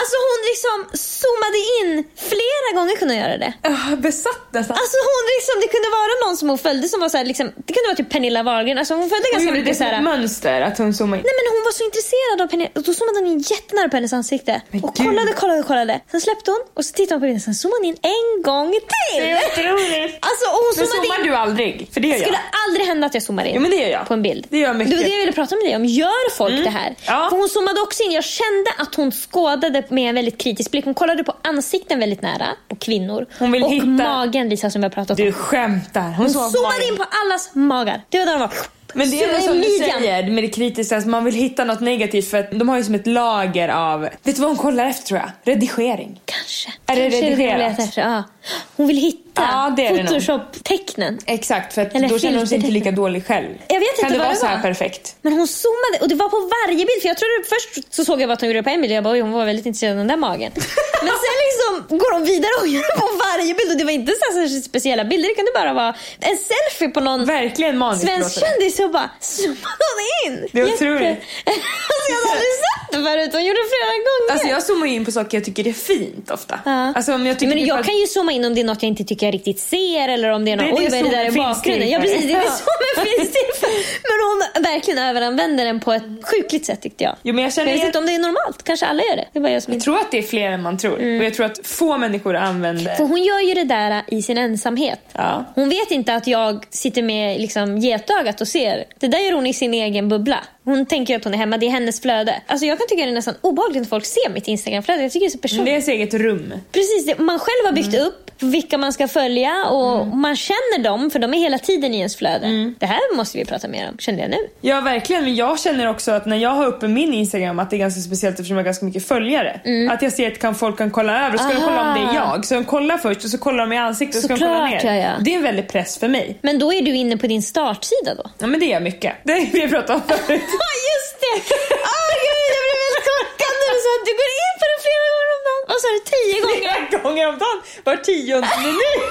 [SPEAKER 3] Alltså hon liksom zoomade in, flera gånger kunde hon göra det.
[SPEAKER 2] Ah, Besatt nästan.
[SPEAKER 3] Alltså hon liksom, det kunde vara någon som hon följde som var så här, liksom, det kunde vara typ Pernilla Wahlgren, alltså hon följde
[SPEAKER 2] Hon
[SPEAKER 3] ganska
[SPEAKER 2] gjorde
[SPEAKER 3] mycket
[SPEAKER 2] det
[SPEAKER 3] så
[SPEAKER 2] som
[SPEAKER 3] här.
[SPEAKER 2] ett mönster, att hon zoomade in.
[SPEAKER 3] Nej men hon var så intresserad av Pernilla och då zoomade hon in jättenära på hennes ansikte.
[SPEAKER 2] Men
[SPEAKER 3] och
[SPEAKER 2] gud.
[SPEAKER 3] kollade, kollade, kollade. Sen släppte hon och så tittade hon på bilden. Sen zoomade hon in en gång till.
[SPEAKER 2] Det är otroligt.
[SPEAKER 3] Alltså och hon
[SPEAKER 2] Men
[SPEAKER 3] zoomade
[SPEAKER 2] zoomar
[SPEAKER 3] in.
[SPEAKER 2] du aldrig? För det gör
[SPEAKER 3] Det skulle
[SPEAKER 2] jag.
[SPEAKER 3] aldrig hända att jag zoomar in
[SPEAKER 2] Ja, men det gör jag.
[SPEAKER 3] på en bild.
[SPEAKER 2] Det gör jag mycket. Mm.
[SPEAKER 3] Det var det jag ville prata med dig om. Gör folk det här?
[SPEAKER 2] Ja.
[SPEAKER 3] För hon zoomade också in. Jag kände att hon skådade med en väldigt kritisk blick. Hon kollade på ansikten väldigt nära, på kvinnor.
[SPEAKER 2] Hon vill
[SPEAKER 3] och
[SPEAKER 2] hitta-
[SPEAKER 3] magen Lisa som jag pratat om.
[SPEAKER 2] Du skämtar. Hon,
[SPEAKER 3] Hon zoomade in på allas magar. Det var där hon var.
[SPEAKER 2] Men det är väl
[SPEAKER 3] Så-
[SPEAKER 2] som du
[SPEAKER 3] midjan.
[SPEAKER 2] säger med det kritiska, alltså man vill hitta något negativt för att de har ju som ett lager av... Vet du vad hon kollar efter tror jag? Redigering.
[SPEAKER 3] Kanske.
[SPEAKER 2] Är det
[SPEAKER 3] Kanske
[SPEAKER 2] redigerat?
[SPEAKER 3] letar efter. Ja. Hon vill hitta
[SPEAKER 2] Ja, det är det nog.
[SPEAKER 3] Photoshop-tecknen.
[SPEAKER 2] Exakt, för att
[SPEAKER 3] Eller
[SPEAKER 2] då känner hon sig inte lika
[SPEAKER 3] filtertecken.
[SPEAKER 2] dålig själv.
[SPEAKER 3] Jag vet
[SPEAKER 2] kan
[SPEAKER 3] inte
[SPEAKER 2] det
[SPEAKER 3] vad
[SPEAKER 2] vara
[SPEAKER 3] det
[SPEAKER 2] så här
[SPEAKER 3] var.
[SPEAKER 2] perfekt?
[SPEAKER 3] Men hon zoomade och det var på varje bild. För jag trodde Först så såg jag bara att hon gjorde det på en bild och jag bara, "Oj, hon var väldigt intresserad av den där
[SPEAKER 2] [laughs]
[SPEAKER 3] magen. Men sen liksom går hon vidare och gör det på varje bild. Och det var inte så här särskilt speciella bilder. Det kunde bara vara en selfie på någon
[SPEAKER 2] Verkligen maniskt
[SPEAKER 3] svensk
[SPEAKER 2] låter det.
[SPEAKER 3] kändis och bara zoomade hon in.
[SPEAKER 2] Det är otroligt.
[SPEAKER 3] [laughs] alltså, jag hade aldrig sett det förut. Hon gjorde det flera gånger.
[SPEAKER 2] Alltså jag zoomar ju in på saker jag tycker är fint ofta.
[SPEAKER 3] Ja.
[SPEAKER 2] Alltså om jag tycker
[SPEAKER 3] men
[SPEAKER 2] typ
[SPEAKER 3] jag
[SPEAKER 2] att-
[SPEAKER 3] kan ju zooma in om det är något jag inte tycker jag riktigt ser eller om det är något,
[SPEAKER 2] Det är det
[SPEAKER 3] oj vad är det
[SPEAKER 2] zoomen
[SPEAKER 3] där i
[SPEAKER 2] finns
[SPEAKER 3] bakgrunden?
[SPEAKER 2] till
[SPEAKER 3] Ja
[SPEAKER 2] för.
[SPEAKER 3] precis, det är
[SPEAKER 2] Ja.
[SPEAKER 3] zoomen [laughs] finns till för. Men hon verkligen överanvänder den på ett sjukligt sätt tyckte jag.
[SPEAKER 2] Jo, men jag känner
[SPEAKER 3] vet
[SPEAKER 2] igen-
[SPEAKER 3] inte om det är normalt, kanske alla gör det. Det är bara jag som
[SPEAKER 2] Jag
[SPEAKER 3] inte...
[SPEAKER 2] tror att det är fler än man tror.
[SPEAKER 3] Mm.
[SPEAKER 2] Och jag tror att få människor använder...
[SPEAKER 3] För hon gör ju det där i sin ensamhet.
[SPEAKER 2] Ja.
[SPEAKER 3] Hon vet inte att jag sitter med liksom, getögat och ser. Det där gör hon i sin egen bubbla. Hon tänker ju att hon är hemma, det är hennes flöde. Alltså jag kan tycka det är nästan obehagligt när folk ser mitt Instagramflöde. Jag tycker det är så personligt.
[SPEAKER 2] Det är ens eget rum.
[SPEAKER 3] Precis, det, man själv har byggt
[SPEAKER 2] Mm.
[SPEAKER 3] upp vilka man ska följa och man känner dem för de är hela tiden i ens flöde.
[SPEAKER 2] Mm.
[SPEAKER 3] Det här måste vi prata mer om, kände jag nu.
[SPEAKER 2] Ja verkligen, men jag känner också att när jag har uppe min Instagram att det är ganska speciellt eftersom jag har ganska mycket följare. Att jag ser att kan, folk kan kolla över och så ska de
[SPEAKER 3] Aha.
[SPEAKER 2] kolla om det är jag. Så de kollar först och så kollar de i ansiktet och så ska de kolla ner.
[SPEAKER 3] Såklart, ja, ja.
[SPEAKER 2] Det är en väldig press för mig.
[SPEAKER 3] Men då är du inne på din
[SPEAKER 2] [laughs]
[SPEAKER 3] startsida då?
[SPEAKER 2] Ja men det är jag mycket. Det är det jag pratade om förut. [laughs]
[SPEAKER 3] Ja, just det! [laughs] Åh gud, jag blev väldigt korkad när du sa att du går in på det flera gånger om dagen. Vad sa du, tio gånger?
[SPEAKER 2] Flera gånger om dagen,
[SPEAKER 3] [laughs]
[SPEAKER 2] var tionde minut.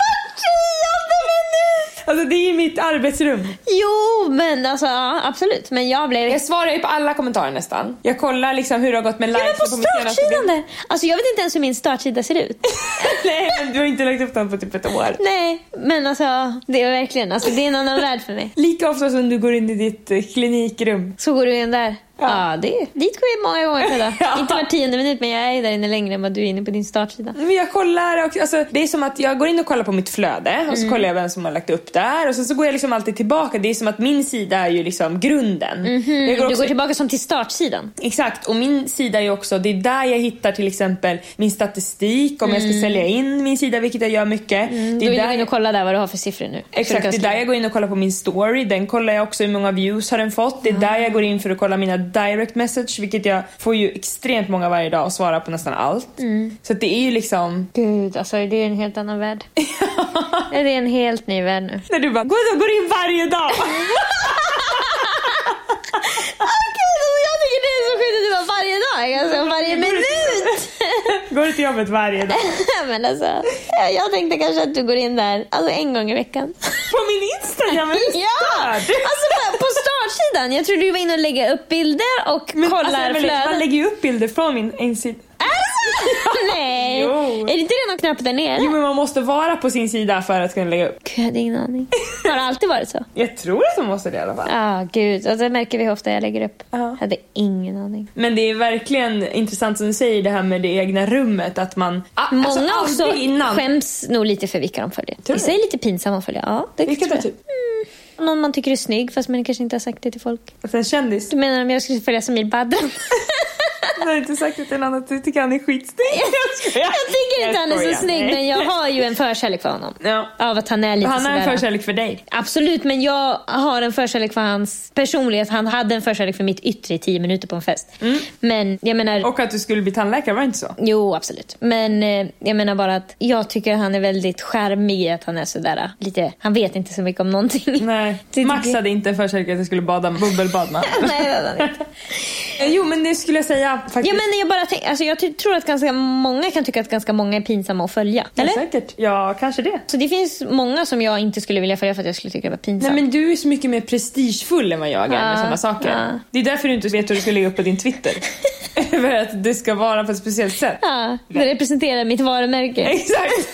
[SPEAKER 3] Var tionde minut!
[SPEAKER 2] Alltså det är mitt arbetsrum.
[SPEAKER 3] Jo, men alltså ja, absolut. Men jag blev...
[SPEAKER 2] Jag svarar ju på alla kommentarer nästan. Jag kollar liksom hur det har gått med
[SPEAKER 3] Jag var
[SPEAKER 2] likes
[SPEAKER 3] på
[SPEAKER 2] och mitt senaste
[SPEAKER 3] startsidan
[SPEAKER 2] bild.
[SPEAKER 3] där! Alltså jag vet inte ens hur min startsida ser ut.
[SPEAKER 2] [laughs] Nej, men du har inte lagt upp den på typ ett år.
[SPEAKER 3] Nej, men alltså det är verkligen, alltså det är en annan värld för mig.
[SPEAKER 2] Lika ofta som du går in i ditt eh, klinikrum.
[SPEAKER 3] Så går du in där. Ja,
[SPEAKER 2] Ja.
[SPEAKER 3] det, dit går jag många gånger [laughs] per dag.
[SPEAKER 2] Ja.
[SPEAKER 3] Inte var tionde minut, men jag är där inne längre än vad du är inne på din startsida.
[SPEAKER 2] Men jag kollar också, alltså, det är som att jag går in och kollar på mitt flöde
[SPEAKER 3] Mm.
[SPEAKER 2] och så kollar jag vem som har lagt upp där och sen så går jag liksom alltid tillbaka. Det är som att min sida är ju liksom grunden. Jag går
[SPEAKER 3] Mhm. Du
[SPEAKER 2] också,
[SPEAKER 3] går tillbaka som till startsidan.
[SPEAKER 2] Exakt, och min sida är ju också, det är där jag hittar till exempel min statistik om jag ska sälja in min sida vilket jag gör mycket. Det
[SPEAKER 3] Mm. Då
[SPEAKER 2] är
[SPEAKER 3] vill du
[SPEAKER 2] där-
[SPEAKER 3] gå in och kolla där vad du har för siffror nu.
[SPEAKER 2] Exakt, det är där jag går in och kollar på min story. Den kollar jag också hur många views har den fått. Det är
[SPEAKER 3] Ah.
[SPEAKER 2] där jag går in för att kolla mina direct message vilket jag får ju extremt många varje dag och svarar på nästan allt.
[SPEAKER 3] Mm.
[SPEAKER 2] Så att det är ju liksom... [laughs]
[SPEAKER 3] Gud, alltså det är en helt annan [laughs] värld. det är en helt ny värld nu.
[SPEAKER 2] När du bara går, in- går in varje
[SPEAKER 3] [laughs]
[SPEAKER 2] dag.
[SPEAKER 3] Gud, alltså, jag tycker det är så sjukt att du var varje dag, [laughs] alltså varje minut!
[SPEAKER 2] går du till jobbet varje dag.
[SPEAKER 3] men alltså, jag tänkte kanske att du går in där alltså en gång i [laughs] veckan.
[SPEAKER 2] På min Instagram, är du
[SPEAKER 3] [laughs] Ja!
[SPEAKER 2] störd?
[SPEAKER 3] Alltså på- på startsidan. Jag trodde du var inne och lägga upp bilder och
[SPEAKER 2] Alltså,
[SPEAKER 3] kollar
[SPEAKER 2] men man
[SPEAKER 3] flödet.
[SPEAKER 2] lägger ju upp bilder från min insida. [laughs]
[SPEAKER 3] Nej!
[SPEAKER 2] Jo.
[SPEAKER 3] Är det inte redan knappt där
[SPEAKER 2] Jo
[SPEAKER 3] nere?
[SPEAKER 2] men man måste vara på sin sida för att kunna lägga upp.
[SPEAKER 3] Gud, jag hade ingen aning. Har det alltid varit så?
[SPEAKER 2] Jag tror att man måste det i alla fall.
[SPEAKER 3] Ja, gud. Och det märker vi hur ofta jag lägger upp.
[SPEAKER 2] Ja.
[SPEAKER 3] Jag hade ingen aning.
[SPEAKER 2] Men det är verkligen intressant som du säger det här med det egna rummet att man... Ah,
[SPEAKER 3] Många
[SPEAKER 2] alltså, aldrig
[SPEAKER 3] också
[SPEAKER 2] innan.
[SPEAKER 3] skäms nog lite för vilka de följer.
[SPEAKER 2] du?
[SPEAKER 3] Vissa är lite pinsamma att följa. Ja, det
[SPEAKER 2] Vilket
[SPEAKER 3] tror
[SPEAKER 2] är
[SPEAKER 3] jag. Mm.
[SPEAKER 2] typ?
[SPEAKER 3] Någon man tycker är snygg fast man kanske inte har sagt det till folk.
[SPEAKER 2] Att en kändis.
[SPEAKER 3] Du menar om jag skulle följa Samir Badran?
[SPEAKER 2] Jag har inte sagt det till någon att du tycker han är skitsnygg. Jag skojar.
[SPEAKER 3] [laughs] Jag tycker inte
[SPEAKER 2] Jag
[SPEAKER 3] han är
[SPEAKER 2] skojar.
[SPEAKER 3] så snygg
[SPEAKER 2] Nej.
[SPEAKER 3] men jag har ju en förkärlek för honom.
[SPEAKER 2] Ja.
[SPEAKER 3] Av att han är lite
[SPEAKER 2] Han har en
[SPEAKER 3] sådär.
[SPEAKER 2] förkärlek för dig.
[SPEAKER 3] Absolut, men jag har en förkärlek för hans personlighet. Han hade en förkärlek för mitt yttre i tio minuter på en fest. Men jag menar...
[SPEAKER 2] Mm. Och att du skulle bli tandläkare, var det inte så?
[SPEAKER 3] Jo, absolut. Men eh, jag menar bara att jag tycker han är väldigt charmig i att han är sådär eh, lite... Han vet inte så mycket om någonting.
[SPEAKER 2] Nej,
[SPEAKER 3] [laughs] Det tycker
[SPEAKER 2] Max
[SPEAKER 3] jag.
[SPEAKER 2] hade inte en förkärlek att jag skulle bada, bubbelbad med honom.
[SPEAKER 3] Nej, det hade han inte.
[SPEAKER 2] Eh, [laughs] Jo men det skulle jag säga faktiskt.
[SPEAKER 3] Ja, men jag bara tänk, alltså, jag ty- tror att ganska många kan tycka att ganska många är pinsamma att följa.
[SPEAKER 2] Ja,
[SPEAKER 3] Eller?
[SPEAKER 2] säkert. Ja, kanske det.
[SPEAKER 3] Så det finns många som jag inte skulle vilja följa för att jag skulle tycka det var pinsamt.
[SPEAKER 2] Nej men du är så mycket mer prestigefull än vad jag är
[SPEAKER 3] Ja,
[SPEAKER 2] med sådana saker.
[SPEAKER 3] ja.
[SPEAKER 2] Det är därför du inte vet hur du ska lägga upp på din [laughs] Twitter. För att det ska vara på ett speciellt sätt.
[SPEAKER 3] Ja, det representerar mitt
[SPEAKER 2] [laughs]
[SPEAKER 3] varumärke.
[SPEAKER 2] Exakt!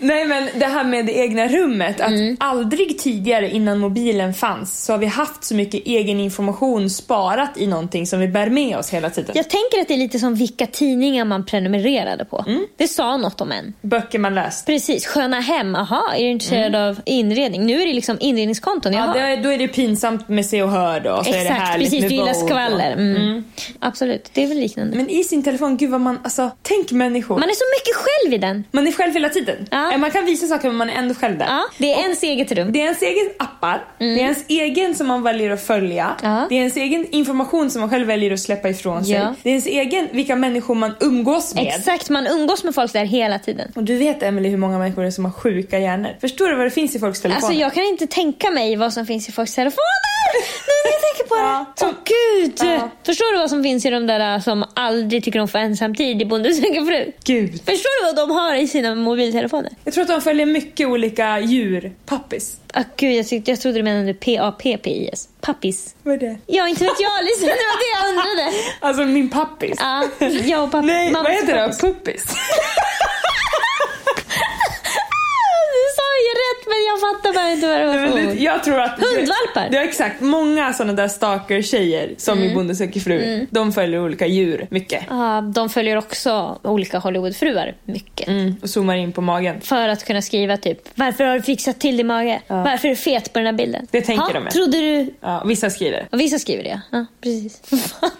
[SPEAKER 2] Nej men det här med det egna rummet. Att aldrig tidigare innan mobilen fanns så har vi haft så mycket egen information sparat i någonting som vi bär med oss hela tiden.
[SPEAKER 3] Jag tänker att det är lite som vilka tidningar man prenumererade på.
[SPEAKER 2] Mm.
[SPEAKER 3] Det sa något om en.
[SPEAKER 2] Böcker man läst.
[SPEAKER 3] Precis, Sköna Hem, aha, är du intresserad av inredning? Nu är det liksom inredningskonton jag
[SPEAKER 2] Mm. Ja,
[SPEAKER 3] har.
[SPEAKER 2] det, då är det pinsamt med Se och Hör då. Så är det
[SPEAKER 3] Exakt,
[SPEAKER 2] härligt
[SPEAKER 3] precis.
[SPEAKER 2] med
[SPEAKER 3] Du gillar
[SPEAKER 2] Vogue och-
[SPEAKER 3] skvaller. Mm. Absolut, det är väl liknande.
[SPEAKER 2] Men i sin telefon, gud vad man, alltså tänk människor.
[SPEAKER 3] Man är så mycket själv i den.
[SPEAKER 2] Man är själv hela tiden.
[SPEAKER 3] Ja.
[SPEAKER 2] Eh, Man kan visa saker men man är ändå själv där.
[SPEAKER 3] Ja, det är ens eget rum.
[SPEAKER 2] Det är ens egen appar, det är ens egen som man väljer att följa,
[SPEAKER 3] Ja.
[SPEAKER 2] det är ens egen information som man själv väljer att släppa ifrån sig.
[SPEAKER 3] Ja.
[SPEAKER 2] Det är ens egen vilka människor man umgås med.
[SPEAKER 3] Exakt, man umgås med folk där hela tiden.
[SPEAKER 2] Och du vet Emily hur många människor det är som har sjuka hjärnor. Förstår du vad det finns i folks telefoner?
[SPEAKER 3] Alltså jag kan inte tänka mig vad som finns i folks telefoner! Nu när jag tänker på
[SPEAKER 2] Ja.
[SPEAKER 3] det. Åh gud!
[SPEAKER 2] Ja.
[SPEAKER 3] Förstår du vad som finns i de där äh, som aldrig tycker om att få ensamtid i Bonde söker fru?
[SPEAKER 2] Gud.
[SPEAKER 3] Förstår du vad de har i sina mobiltelefoner?
[SPEAKER 2] Jag tror att de följer mycket olika djur. Pappis.
[SPEAKER 3] Ah, gud, jag, tyckte, jag trodde du menade P-A-P-P-I-S. Pappis.
[SPEAKER 2] Vad är det?
[SPEAKER 3] Ja, inte vet jag Lisa, det var det jag undrade.
[SPEAKER 2] Alltså min pappis.
[SPEAKER 3] Ja, jag och pappa.
[SPEAKER 2] Nej,
[SPEAKER 3] mammas
[SPEAKER 2] vad heter det?
[SPEAKER 3] pappis.
[SPEAKER 2] Puppis.
[SPEAKER 3] Ah, Du sa ju rätt men jag fattar bara inte vad det var
[SPEAKER 2] Men
[SPEAKER 3] för
[SPEAKER 2] [laughs] det-
[SPEAKER 3] ord.
[SPEAKER 2] Jag tror att...
[SPEAKER 3] Hundvalpar. Mm.
[SPEAKER 2] Det är exakt. Många sådana där stalker-tjejer som i Bonde söker fru, de följer olika djur mycket.
[SPEAKER 3] Ja, Ah, de följer också olika Hollywoodfruar mycket.
[SPEAKER 2] Mm, och zoomar in på magen.
[SPEAKER 3] För att kunna skriva typ Varför har du fixat till din mage? Varför är du fet på den här bilden?
[SPEAKER 2] Det tänker
[SPEAKER 3] Ha,
[SPEAKER 2] de med.
[SPEAKER 3] Trodde du...
[SPEAKER 2] Ja, vissa skriver.
[SPEAKER 3] Och vissa skriver det. Ja, precis. [laughs] Fan,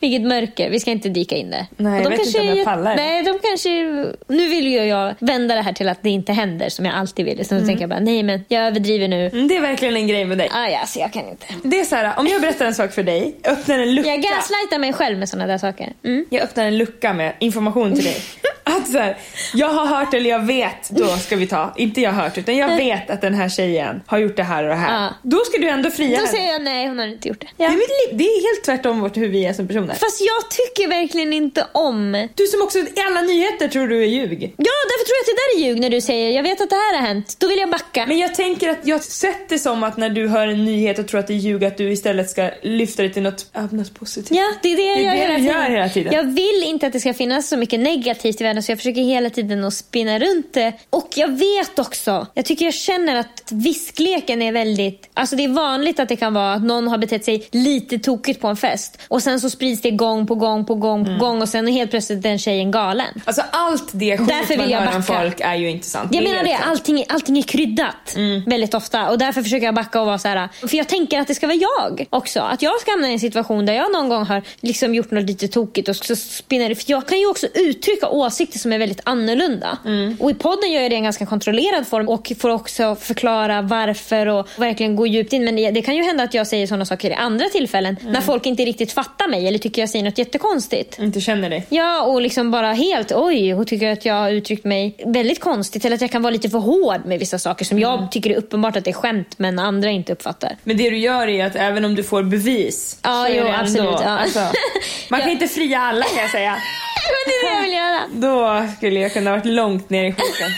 [SPEAKER 3] Vilket mörker. Vi ska inte dyka in där.
[SPEAKER 2] Nej,
[SPEAKER 3] Och
[SPEAKER 2] jag vet inte om jag
[SPEAKER 3] är-
[SPEAKER 2] pallar.
[SPEAKER 3] Nej, de kanske... Nu vill ju jag vända det här till att det inte händer som jag alltid vill. Så då tänker jag bara, nej men jag överdriver nu.
[SPEAKER 2] Mm, det är verkligen en grej med dig.
[SPEAKER 3] Ah, ja, så jag kan inte.
[SPEAKER 2] Det är så här, om jag berättar en sak för dig, öppnar en lucka.
[SPEAKER 3] Jag gaslightar mig själv med sådana där saker. Mm. [laughs]
[SPEAKER 2] Jag öppnar en lucka med information till dig.
[SPEAKER 8] att så här, jag har hört eller jag vet, då ska vi ta. Inte jag har hört utan jag vet att den här tjejen har gjort det här och det här.
[SPEAKER 3] Ja.
[SPEAKER 8] Då ska du ändå fria
[SPEAKER 3] Då
[SPEAKER 8] henne.
[SPEAKER 3] säger jag nej, hon har inte gjort det.
[SPEAKER 8] Det, är mitt liv. det är helt tvärtom vårt, hur vi är som personer.
[SPEAKER 3] Fast jag tycker verkligen inte om
[SPEAKER 8] Du som också i alla nyheter tror du är ljug.
[SPEAKER 3] Ja, därför tror jag att det där är ljug när du säger jag vet att det här har hänt. Då vill jag backa.
[SPEAKER 8] Men jag tänker att jag sett det som att när du hör en nyhet och tror att det är ljug att du istället ska lyfta det till något, äh, något positivt.
[SPEAKER 3] Ja, det är det,
[SPEAKER 8] det
[SPEAKER 3] jag,
[SPEAKER 8] du
[SPEAKER 3] gör
[SPEAKER 8] gör
[SPEAKER 3] hela tiden.
[SPEAKER 8] hela tiden.
[SPEAKER 3] Jag vill inte att det ska finnas så mycket negativt i världen så jag försöker hela tiden att spinna runt det. Och jag vet också, jag tycker jag känner att viskleken är väldigt... Alltså det är vanligt att det kan vara att någon har betett sig lite tokigt på en fest och sen så sprids det gång på gång på gång på
[SPEAKER 8] Mm.
[SPEAKER 3] gång och sen är helt plötsligt den tjejen galen.
[SPEAKER 8] Alltså allt det skit
[SPEAKER 3] Därför vill
[SPEAKER 8] man
[SPEAKER 3] jag
[SPEAKER 8] hör om
[SPEAKER 3] backa.
[SPEAKER 8] folk är ju inte sant.
[SPEAKER 3] Jag menar
[SPEAKER 8] är
[SPEAKER 3] det,
[SPEAKER 8] helt Mm. sant.
[SPEAKER 3] allting, allting är kryddat väldigt ofta och därför försöker jag backa och vara så här. För jag tänker att det ska vara jag också. Att jag ska hamna i en situation där jag någon gång har liksom gjort något lite tokigt och så spinner det. För jag kan ju också uttrycka åsikter som är väldigt annorlunda.
[SPEAKER 8] Mm.
[SPEAKER 3] Och i podden gör jag det i en ganska kontrollerad form och får också förklara varför och verkligen gå djupt in. Men det, det kan ju hända att jag säger sådana saker i andra tillfällen
[SPEAKER 8] Mm.
[SPEAKER 3] när folk inte riktigt fattar mig eller tycker jag säger något jättekonstigt.
[SPEAKER 8] Inte känner dig.
[SPEAKER 3] Ja, och liksom bara helt oj, hon tycker att jag har uttryckt mig väldigt konstigt eller att jag kan vara lite för hård med vissa saker som jag tycker är uppenbart att det är skämt men andra inte uppfattar.
[SPEAKER 8] Men det du gör är att även om du får bevis
[SPEAKER 3] Ja,
[SPEAKER 8] så är
[SPEAKER 3] jo,
[SPEAKER 8] det ändå, alltså,
[SPEAKER 3] absolut, ja. [laughs]
[SPEAKER 8] man kan inte fria alla kan jag säga.
[SPEAKER 3] [laughs] Men det är det jag vill göra.
[SPEAKER 8] Då skulle jag kunna ha varit långt ner i skiten.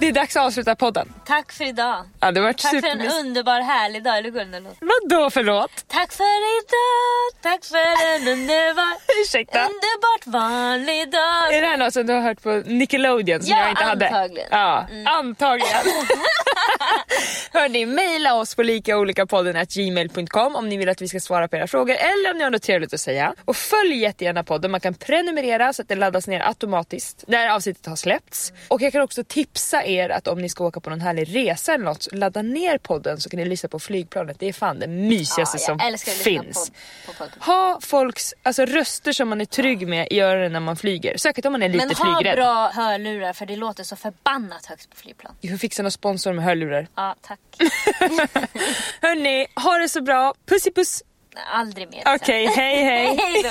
[SPEAKER 2] Det är dags att avsluta podden.
[SPEAKER 3] Tack för idag.
[SPEAKER 2] Ja, det har varit
[SPEAKER 3] Tack för en
[SPEAKER 2] supermysigt.
[SPEAKER 3] underbar härlig dag. Eller Gunnel?
[SPEAKER 2] Vadå förlåt?
[SPEAKER 3] Tack för idag. Tack för en [laughs] underbar,
[SPEAKER 2] Ursäkta.
[SPEAKER 3] underbart vanlig dag.
[SPEAKER 2] Är det här något som du har hört på Nickelodeon som
[SPEAKER 3] Ja,
[SPEAKER 2] jag inte
[SPEAKER 3] antagligen. Mm.
[SPEAKER 2] hade? Ja,
[SPEAKER 3] [laughs]
[SPEAKER 2] antagligen. Hörni, mejla oss på likaolikapodden gmail.com om ni vill att vi ska svara på era frågor eller om ni har något trevligt att säga. Och följ jättegärna podden, man kan prenumerera så att den laddas ner automatiskt när avsnittet har släppts. Och jag kan också tipsa er att om ni ska åka på någon härlig resa eller något, så ladda ner podden så kan ni lyssna på flygplanet. Det är fan det mysigaste
[SPEAKER 3] Ja, jag
[SPEAKER 2] som
[SPEAKER 3] älskar att lyssna
[SPEAKER 2] finns.
[SPEAKER 3] på- på podden.
[SPEAKER 2] Ha folks alltså, röster som man är trygg med i öronen när man flyger. Särskilt om man är lite
[SPEAKER 3] Men ha
[SPEAKER 2] flygrädd.
[SPEAKER 3] bra hörlurar för det låter så förbannat högt på flygplan.
[SPEAKER 2] Vi får fixa någon sponsor med hörlurar.
[SPEAKER 3] Ja, [laughs] tack.
[SPEAKER 2] Hörni, ha det så bra. Puss i puss.
[SPEAKER 3] Aldrig mer.
[SPEAKER 2] Okej, hej hej.
[SPEAKER 3] Hej då.